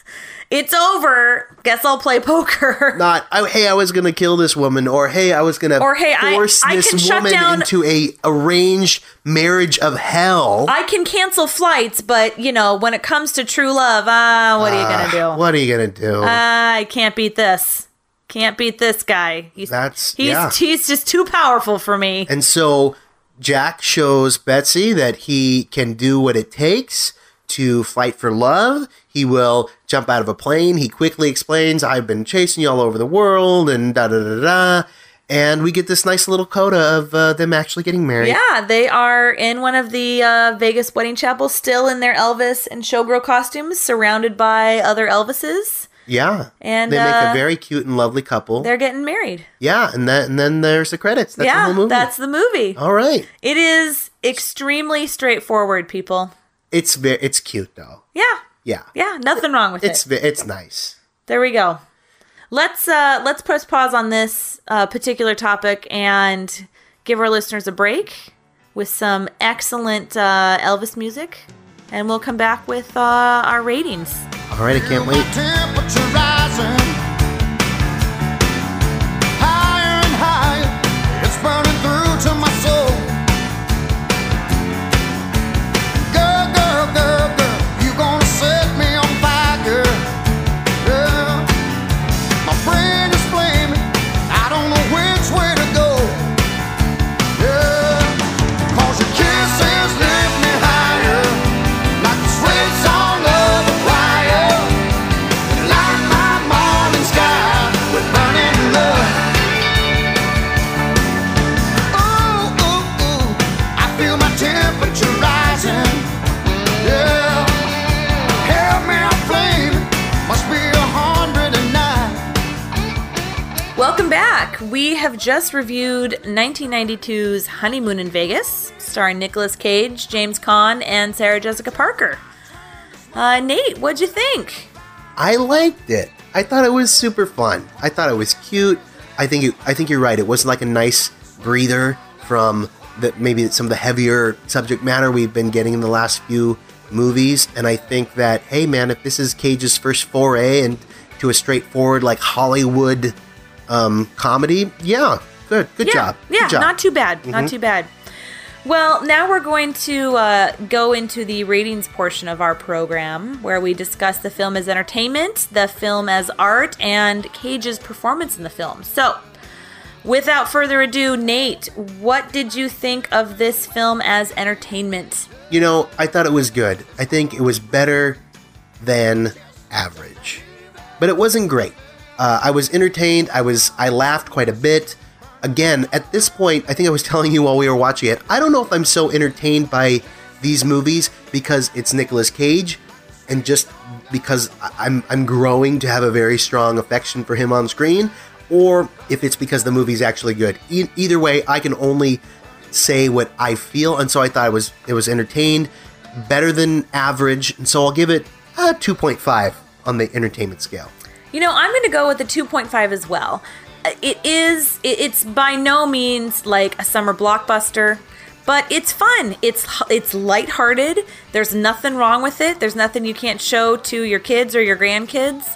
S5: (laughs) it's over. Guess I'll play poker.
S4: (laughs) Not I, oh, hey, I was gonna kill this woman, or hey, I was gonna
S5: Or, "Hey, I-
S4: force
S5: I
S4: this
S5: can shut
S4: woman
S5: down-
S4: into a arranged marriage of hell.
S5: I can cancel flights, but you know, when it comes to true love, ah, what are you gonna do?
S4: What are you gonna do?
S5: Ah, I can't beat this. Can't beat this guy. He's
S4: That's
S5: he's
S4: yeah.
S5: he's just too powerful for me.
S4: And so Jack shows Betsy that he can do what it takes to fight for love. He will jump out of a plane. He quickly explains, I've been chasing you all over the world, and da da da da. da." And we get this nice little coda of uh, them actually getting married.
S5: Yeah, they are in one of the uh, Vegas wedding chapels, still in their Elvis and showgirl costumes, surrounded by other Elvises.
S4: Yeah.
S5: And,
S4: they make
S5: uh,
S4: a very cute and lovely couple.
S5: They're getting married.
S4: Yeah. And, that, and then there's the credits. That's
S5: yeah,
S4: the whole movie. Oh.
S5: that's the movie.
S4: all right.
S5: It is extremely straightforward, people.
S4: It's, ve- it's cute, though.
S5: Yeah,
S4: Yeah.
S5: yeah, nothing wrong with
S4: It's,
S5: it.
S4: ve- it's nice.
S5: There we go. Let's uh let's press pause on this uh, particular topic and give our listeners a break with some excellent uh, Elvis music, and we'll come back with uh, our ratings.
S4: All right. I can't wait.
S6: temperature rising higher and higher. It's burning through to my soul. Girl, girl, girl, girl, you gonna set me on fire, girl. girl. My brain is flaming. I don't know which way to go. Yeah, 'cause your kisses lift me higher, like the switch on of a wire. Like my morning sky with burning love. Ooh, ooh, ooh, I feel my temperature rising. Yeah, help me, I'm flaming. Must be a hundred and nine.
S5: Welcome back. We have just reviewed 1992's Honeymoon in Vegas, starring Nicolas Cage, James Caan, and Sarah Jessica Parker. Uh, Nate, what'd you think?
S4: I liked it. I thought it was super fun. I thought it was cute. I think you, I think you're right. It was like a nice breather from the maybe some of the heavier subject matter we've been getting in the last few movies. And I think that hey man, if this is Cage's first foray into a straightforward like Hollywood um, comedy, yeah, good, good
S5: yeah,
S4: job.
S5: Yeah,
S4: good job.
S5: not too bad. Not
S4: Mhm.
S5: too bad. Well, now we're going to uh, go into the ratings portion of our program where we discuss the film as entertainment, the film as art, and Cage's performance in the film. So, without further ado, Nate, what did you think of this film as entertainment?
S4: you know, I thought it was good. I think it was better than average, but it wasn't great. Uh, I was entertained. I was I laughed quite a bit. Again, at this point, I think I was (laughs) telling you while we were watching it. I don't know if I'm so entertained by these movies because it's Nicolas Cage, and just because I- I'm I'm growing to have a very strong affection for him on screen, or if it's because the movie's actually good. E- either way, I can only say what I feel, and so I thought it was it was entertained, better than average, and so I'll give it uh, a 2.5 on the entertainment scale.
S5: You know, I'm going to go with the 2.5 as well. Uh, It is, it- it's by no means like a summer blockbuster, but it's fun. It's it's lighthearted. There's nothing wrong with it. There's nothing you can't show to your kids or your grandkids.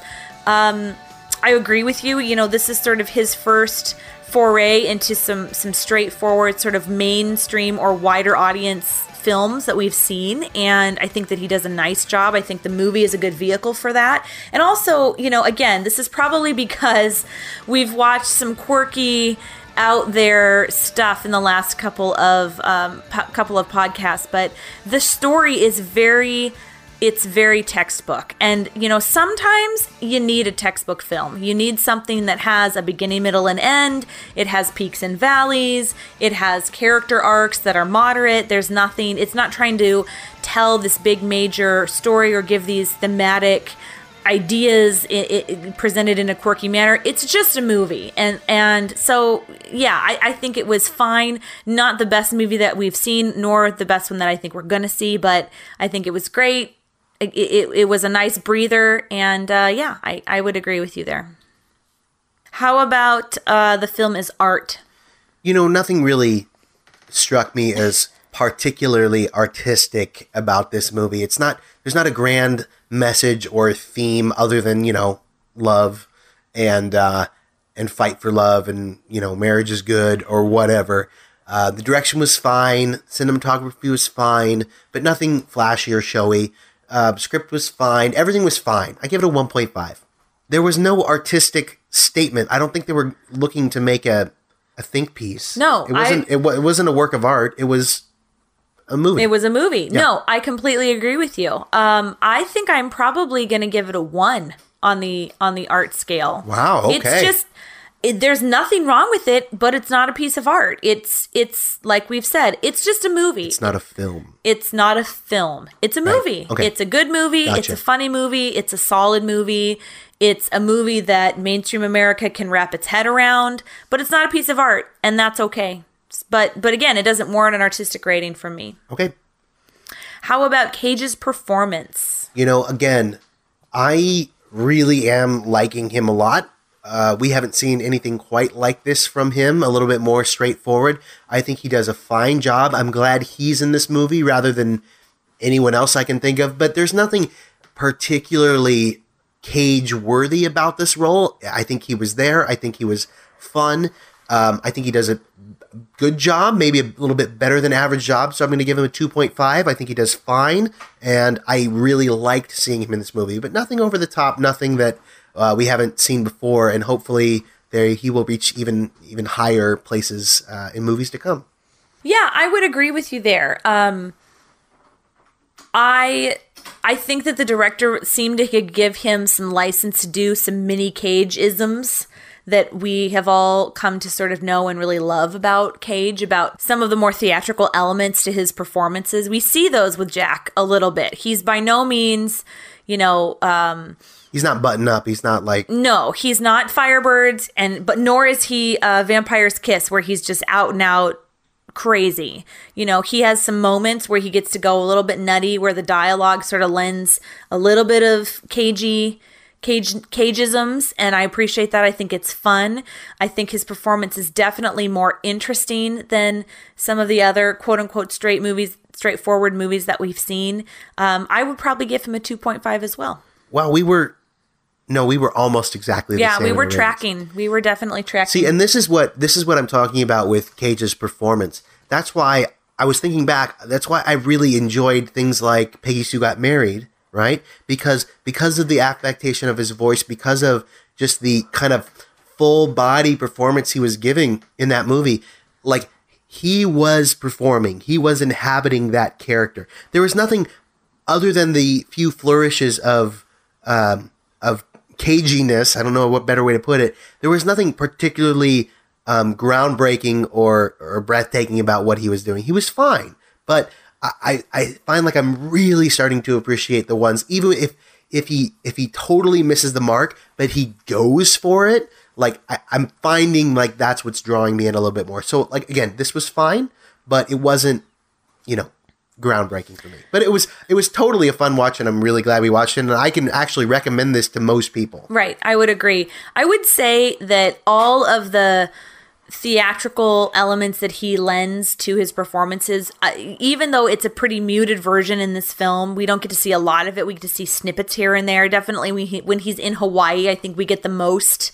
S5: Um, I agree with you. You know, this is sort of his first foray into some some straightforward sort of mainstream or wider audience films that we've seen, and I think that he does a nice job. I think the movie is a good vehicle for that. And also, you know, again, this is probably because we've watched some quirky out there stuff in the last couple of um, po- couple of podcasts, but the story is very it's very textbook. And you know, sometimes you need a textbook film. You need something that has a beginning, middle, and end. It has peaks and valleys. It has character arcs that are moderate. There's nothing. It's not trying to tell this big major story or give these thematic ideas i i presented in a quirky manner. It's just a movie, and and so yeah, I, I think it was fine. Not the best movie that we've seen, nor the best one that I think we're gonna see, but I think it was great. It, it, it was a nice breather, and uh, yeah, I, I would agree with you there. How about uh, the film is art?
S4: you know, nothing really struck me as particularly artistic about this movie. It's not there's not a grand message or theme other than you know love and uh, and fight for love and you know marriage is good or whatever. Uh, the direction was fine, cinematography was fine, but nothing flashy or showy. Uh, script was fine, everything was fine. I give it a one point five. There was no artistic statement. I don't think they were looking to make a a think piece.
S5: No,
S4: it wasn't.
S5: I-
S4: it, wa- it wasn't a work of art. It was a movie.
S5: It was a movie.
S4: Yeah.
S5: No, I completely agree with you. Um, I think I'm probably going to give it a one on the on the art scale.
S4: Wow,
S5: It's
S4: okay.
S5: just it, there's nothing wrong with it, but it's not a piece of art. It's it's like we've said, it's just a movie.
S4: It's not a film.
S5: It's not a film. It's a movie.
S4: Okay.
S5: It's a good movie. It's
S4: Gotcha.
S5: a funny movie. It's a solid movie. It's a movie that mainstream America can wrap its head around, but it's not a piece of art, and that's okay. S- But but again, it doesn't warrant an artistic rating from me.
S4: Okay.
S5: How about Cage's performance?
S4: You know, again, I really am liking him a lot. Uh, we haven't seen anything quite like this from him. A little bit more straightforward. I think he does a fine job. I'm glad he's in this movie rather than anyone else I can think of. But there's nothing particularly cage worthy about this role. I think he was there. I think he was fun. Um, I think he does a good job, maybe a little bit better than average job. So I'm going to give him a 2.5. I think he does fine. And I really liked seeing him in this movie, but nothing over the top, nothing that uh, we haven't seen before. And hopefully there he will reach even even higher places uh, in movies to come.
S5: Yeah, I would agree with you there. Um, I I think that the director seemed to give him some license to do some mini Cage isms that we have all come to sort of know and really love about Cage, about some of the more theatrical elements to his performances. We see those with Jack a little bit. He's by no means, you know, um,
S4: He's not buttoned up. He's not like
S5: no, he's not Firebirds, and but nor is he uh, Vampire's Kiss, where he's just out and out crazy. You know, he has some moments where he gets to go a little bit nutty, where the dialogue sort of lends a little bit of cagey. Cage, cageisms, and I appreciate that. I think it's fun. I think his performance is definitely more interesting than some of the other quote unquote straight movies, straightforward movies that we've seen. Um, I would probably give him a 2.5 as well.
S4: wow, we were no, we were almost exactly the
S5: Yeah,
S4: same
S5: we
S4: in
S5: were
S4: the ratings.
S5: tracking. We were definitely tracking.
S4: See, and this is what this is what I'm talking about with Cage's performance. That's why I was thinking back. That's why I really enjoyed things like Peggy Sue Got Married, right? Because because of the affectation of his voice, because of just the kind of full body performance he was giving in that movie, like he was performing, he was inhabiting that character. There was nothing other than the few flourishes of um, of caginess, I don't know what better way to put it. There was nothing particularly um, groundbreaking or or breathtaking about what he was doing. He was fine, but I, I I find like I'm really starting to appreciate the ones even if if he if he totally misses the mark, but he goes for it. Like I, I'm finding like that's what's drawing me in a little bit more. So like again, this was fine, but it wasn't you know groundbreaking for me but it was it was totally a fun watch and i'm really glad we watched it and i can actually recommend this to most people
S5: Right, I would agree. I would say that all of the theatrical elements that he lends to his performances, uh, even though it's a pretty muted version in this film, we don't get to see a lot of it. We get to see snippets here and there. Definitely, we, when he's in Hawaii, I think we get the most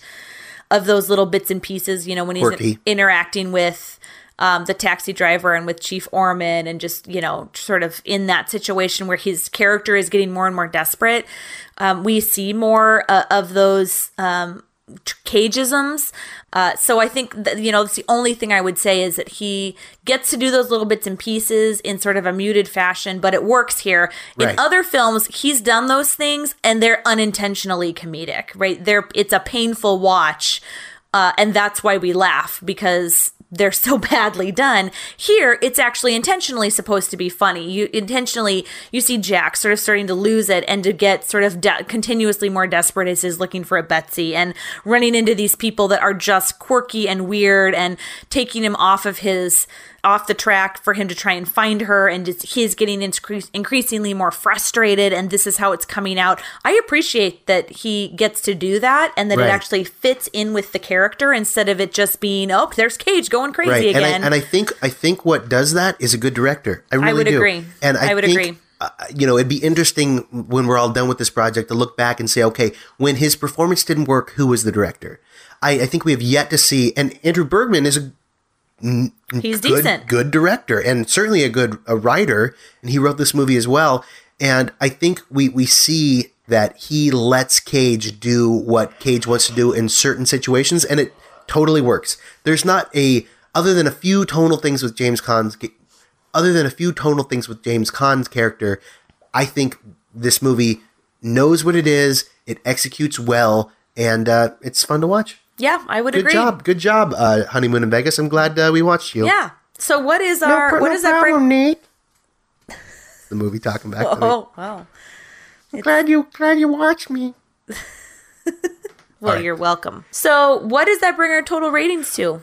S5: of those little bits and pieces. You know, when he's
S4: Quirky.
S5: interacting with um, the taxi driver and with Chief Orman, and just, you know, sort of in that situation where his character is getting more and more desperate. Um, we see more uh, of those. Um, t- cageisms uh, so i think that, you know that's the only thing i would say is that he gets to do those little bits and pieces in sort of a muted fashion but it works here in
S2: Right.
S5: other films he's done those things and they're unintentionally comedic right they're it's a painful watch uh, and that's why we laugh because they're so (laughs) badly done here it's actually intentionally supposed to be funny you intentionally you see jack sort of starting to lose it and to get sort of de- continuously more desperate as he's looking for a betsy and running into these people that are just quirky and weird and taking him off of his off the track for him to try and find her and just, he's getting increas- increasingly more frustrated and this is how it's coming out i appreciate that he gets to do that and that
S4: Right.
S5: it actually fits in with the character instead of it just being oh there's cage going crazy
S4: right.
S5: again
S4: And I, and I think I think what does that is a good director. I
S5: I
S4: really
S5: would
S4: do.
S5: agree.
S4: And I,
S5: I would
S4: think,
S5: agree.
S4: Uh, you know, it'd be interesting when we're all done with this project to look back and say, okay, when his performance didn't work, who was the director? I, I think we have yet to see. And Andrew Bergman is a n-
S5: He's
S4: good,
S5: decent.
S4: good director, and certainly a good a writer. And he wrote this movie as well. And I think we we see that he lets Cage do what Cage wants to do in certain situations, and it totally works. There's not a other than a few tonal things with James Caan's ga- other than a few tonal things with James Caan's character. I think this movie knows what it is. It executes well, and uh, it's fun to watch.
S5: yeah i would
S4: Good
S5: agree
S4: job, good job, uh, honeymoon in Vegas. I'm glad uh, we watched you.
S5: yeah so what is
S4: No
S5: our
S4: pro-
S5: what
S4: no
S5: does that bring
S4: the movie talking (laughs) back to me.
S5: oh wow
S4: glad you glad you watched me
S5: (laughs) well
S4: right.
S5: you're welcome so what does that bring our total ratings to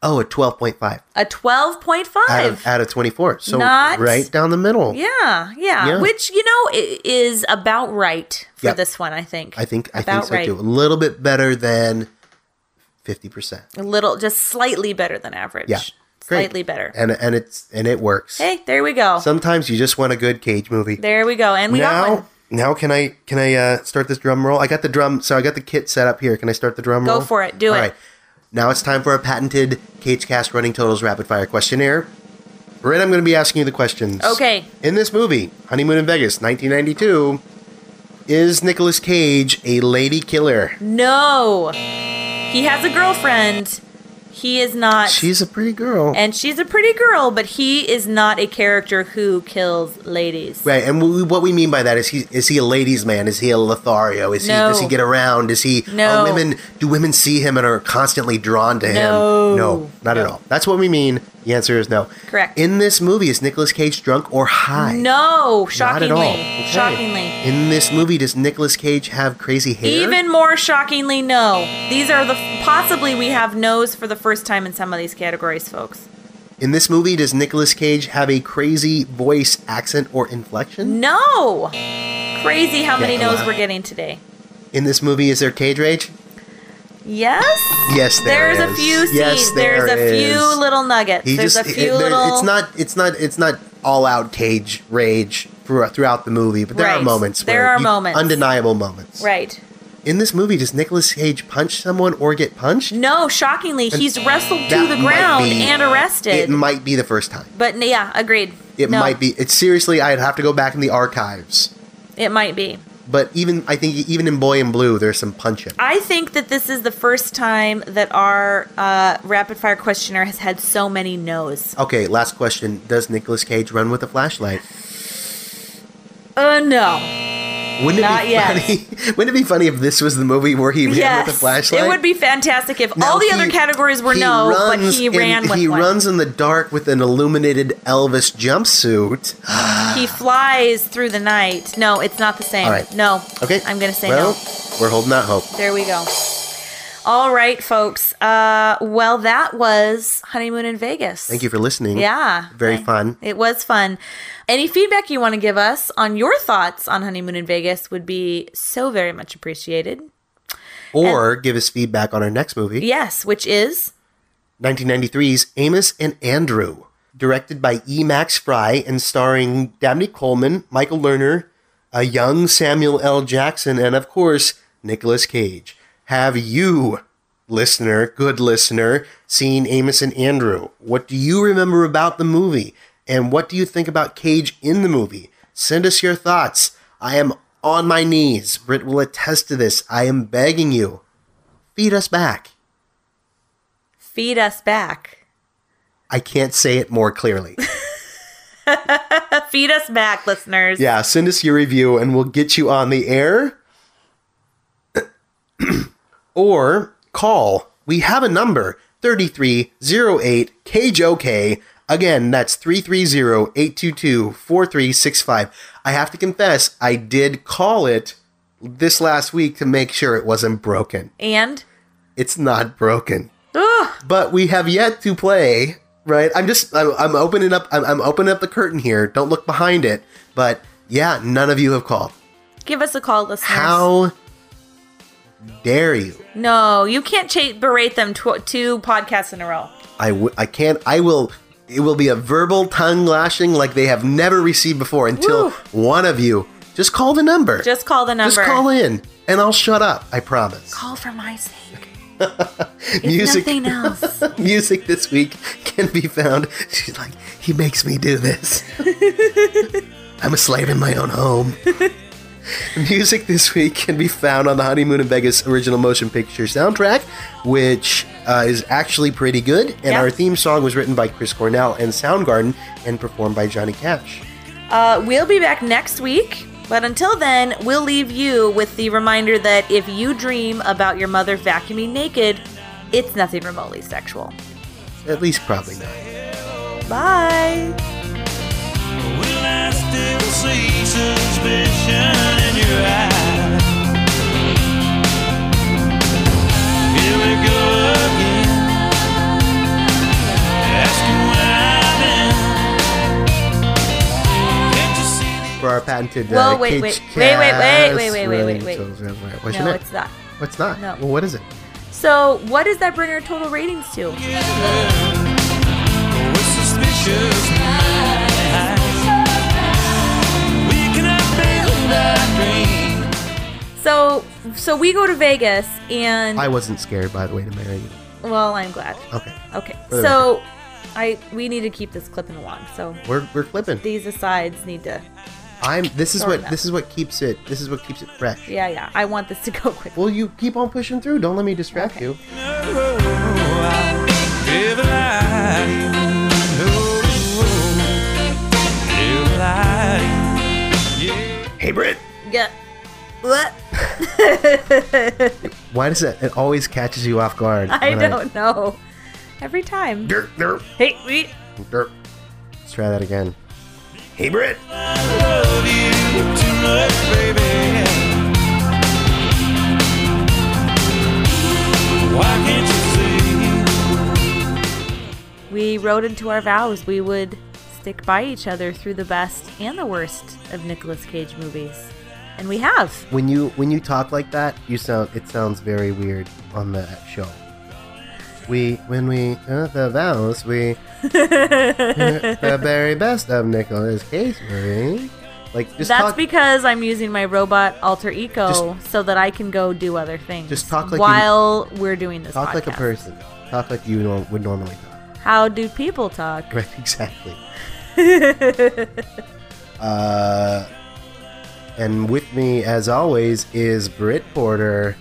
S4: Oh, a twelve point five
S5: a 12.5
S4: out of out of twenty four. So
S5: Not-
S4: right down the middle.
S5: Yeah, yeah,
S4: Yeah.
S5: Which you know i- is about right for
S4: Yep.
S5: this one, I think.
S4: I think I
S5: About
S4: think so
S5: right.
S4: too. A little bit better than fifty percent.
S5: A little, just slightly better than average.
S4: Yeah, Great.
S5: slightly better.
S4: And and it's and it works.
S5: Hey, there we go.
S4: Sometimes you just want a good cage movie.
S5: there we go, and we got one.
S4: now now can I can I uh, start this drum roll? I got the drum. So I got the kit set up here. Can I start the drum
S5: Go
S4: roll?
S5: for it. Do it.
S4: Now it's time for our patented Cage Cast Running Totals Rapid Fire Questionnaire. Britt, I'm going to be asking you the questions.
S5: Okay.
S4: In this movie, Honeymoon in Vegas, 1992, is Nicolas Cage a lady killer?
S5: No, he has a girlfriend. He is not,
S4: She's a pretty girl.
S5: and she's a pretty girl, but he is not a character who kills ladies.
S4: Right, and we, what we mean by that is he is he a ladies' man? Is he a Lothario? Is he
S5: No.
S4: does he get around? Is he
S5: No.
S4: are women? Do women see him and are constantly drawn to him?
S5: No.
S4: no, not at all. That's what we mean. The answer is no.
S5: Correct.
S4: In this movie, is Nicolas Cage drunk or high?
S5: No,
S4: not
S5: shockingly,
S4: at all. Okay.
S5: shockingly.
S4: In this movie, does Nicolas Cage have crazy hair?
S5: Even more shockingly, no. These are the possibly we have no's for the first time in some of these categories, folks.
S4: in this movie, does Nicolas Cage have a crazy voice, accent, or inflection?
S5: No! Crazy how many
S4: Yeah, a
S5: no's
S4: lot.
S5: we're getting today.
S4: In this movie, is there cage rage?
S5: Yes?
S4: Yes, there
S5: There's a
S4: is.
S5: few seeds.
S4: Yes, there
S5: There's a
S4: is.
S5: few little nuggets.
S4: He
S5: There's
S4: just
S5: a
S4: it-
S5: few
S4: it- there-
S5: little.
S4: it's not it's not it's not all out cage rage throughout, throughout the movie, but there are
S5: Right.
S4: moments.
S5: There
S4: where
S5: are
S4: you-
S5: moments.
S4: undeniable moments.
S5: Right.
S4: In this movie, does Nicolas Cage punch someone or get punched?
S5: No, shockingly,
S4: And
S5: he's wrestled to
S4: that
S5: the
S4: might
S5: ground
S4: be-
S5: and
S4: It
S5: arrested.
S4: might be the first time.
S5: but n- yeah, agreed.
S4: It
S5: No,
S4: might be. It's seriously, I'd have to go back in the archives.
S5: It might be.
S4: But even I think even in Boy in Blue, there's some punching.
S5: I think that this is the first time that our uh, rapid fire questionnaire has had so many no's.
S4: Okay, last question: Does Nicolas Cage run with a flashlight?
S5: Uh, no.
S4: Wouldn't it
S5: Not
S4: be
S5: yet.
S4: funny? (laughs) Wouldn't it be funny if this was the movie where he ran with a flashlight?
S5: It would be fantastic if all the other categories were
S4: He
S5: no, but
S4: runs
S5: he
S4: in-
S5: ran with
S4: he
S5: one.
S4: runs in the dark with an illuminated Elvis jumpsuit.
S5: he flies through the night. No, it's not the same.
S4: All right.
S5: No.
S4: Okay.
S5: I'm gonna say
S4: well,
S5: no.
S4: We're holding out hope.
S5: There we go. All right, folks. Uh, well, that was honeymoon in Vegas.
S4: Thank you for listening.
S5: Yeah.
S4: Very fun.
S5: It was fun. Any feedback you want to give us on your thoughts on honeymoon in Vegas would be so very much appreciated.
S4: Or give us feedback on our next movie,
S5: Yes, which is
S4: 1993's Amos and Andrew, directed by E. Max Fry and starring Dabney Coleman, Michael Lerner, a young Samuel L. Jackson, and of course Nicolas Cage. Have you listener, good listener, seeing Amos and Andrew. What do you remember about the movie? And what do you think about Cage in the movie? Send us your thoughts. I am on my knees. Britt will attest to this. I am begging you. Feed us back.
S5: Feed us back.
S4: I can't say it more clearly.
S5: Feed us back, listeners.
S4: yeah, send us your review and we'll get you on the air. (clears throat) or call. We have a number 3308 KJOK. Again, that's 330 822 4365. I have to confess, I did call it this last week to make sure it wasn't broken.
S5: And
S4: It's not broken.
S5: Ugh.
S4: But we have yet to play, right? I'm just I'm, I'm opening up I'm, I'm opening up the curtain here. Don't look behind it. But yeah, none of you have called.
S5: give us a call, listeners.
S4: How dare you?
S5: No, you can't cha- berate them tw- two podcasts in a row.
S4: I w- I can't. I will. It will be a verbal tongue lashing like they have never received before until one of you just call the number.
S5: Just call the number.
S4: Just call in, and I'll shut up. I promise.
S5: Call for my sake.
S4: (laughs) music,
S5: Nothing else.
S4: (laughs) music this week can be found. She's like, he makes me do this. (laughs) I'm a slave in my own home. (laughs) Music this week can be found on the Honeymoon in Vegas original motion picture soundtrack, which uh, is actually pretty good. And
S5: Yeah.
S4: our theme song was written by Chris Cornell and Soundgarden and performed by Johnny Cash.
S5: Uh, we'll be back next week. But until then, we'll leave you with the reminder that if you dream about your mother vacuuming naked, it's nothing remotely sexual.
S4: At least, probably not.
S5: Bye.
S6: Will I still see suspicion in your eyes? Here we go again. Asking where I've been. Can't you see
S4: For our patented.
S5: Whoa,
S4: uh,
S5: wait,
S4: Cage
S5: wait, wait, wait, wait, wait, wait, wait, wait, wait.
S4: Wasn't
S5: No,
S4: it?
S5: it's not.
S4: What's not?
S5: No.
S4: Well, what is it?
S5: So, what does that bring our total ratings to?
S6: with suspicious eyes? We cannot build that dream.
S5: So, so we go to Vegas, and
S4: I wasn't scared, by the way, to marry you.
S5: well, I'm glad.
S4: Okay.
S5: Okay,
S4: For the
S5: so I we need to keep this clipping along. So
S4: We're, we're clipping.
S5: these asides need to.
S4: I'm. This is
S5: Sorry
S4: what
S5: about
S4: this is what keeps it. This is what keeps it fresh.
S5: Yeah, yeah. I want this to (laughs) go quick.
S4: Well, you keep on pushing through. Don't let me distract you.
S6: Oh, If I Oh,
S4: Hey, Britt.
S5: Yeah. What? (laughs)
S4: Why does it? It always catches you off guard.
S5: I
S4: when
S5: don't know. Every time.
S4: Derp, derp.
S5: Hey, we.
S4: Derp. Let's try that again. Hey, Britt.
S6: love you too much, baby. Why can't you
S5: We wrote into our vows we would stick by each other through the best and the worst of Nicolas Cage movies, and we have.
S4: When you when you talk like that, you sound. It sounds very weird on the show. We when we uh, the vows
S5: (laughs)
S4: we the very best of Nicholas Cage movie. Like just
S5: That's
S4: talk.
S5: because I'm using my robot alter ego so that I can go do other things.
S4: Just talk like you-
S5: while we're doing this.
S4: talk
S5: podcast.
S4: like a person. Talk like you nor- would normally talk. (laughs)
S5: How do people talk?
S4: Right, exactly. Uh, and with me, as always, is Britt Porter.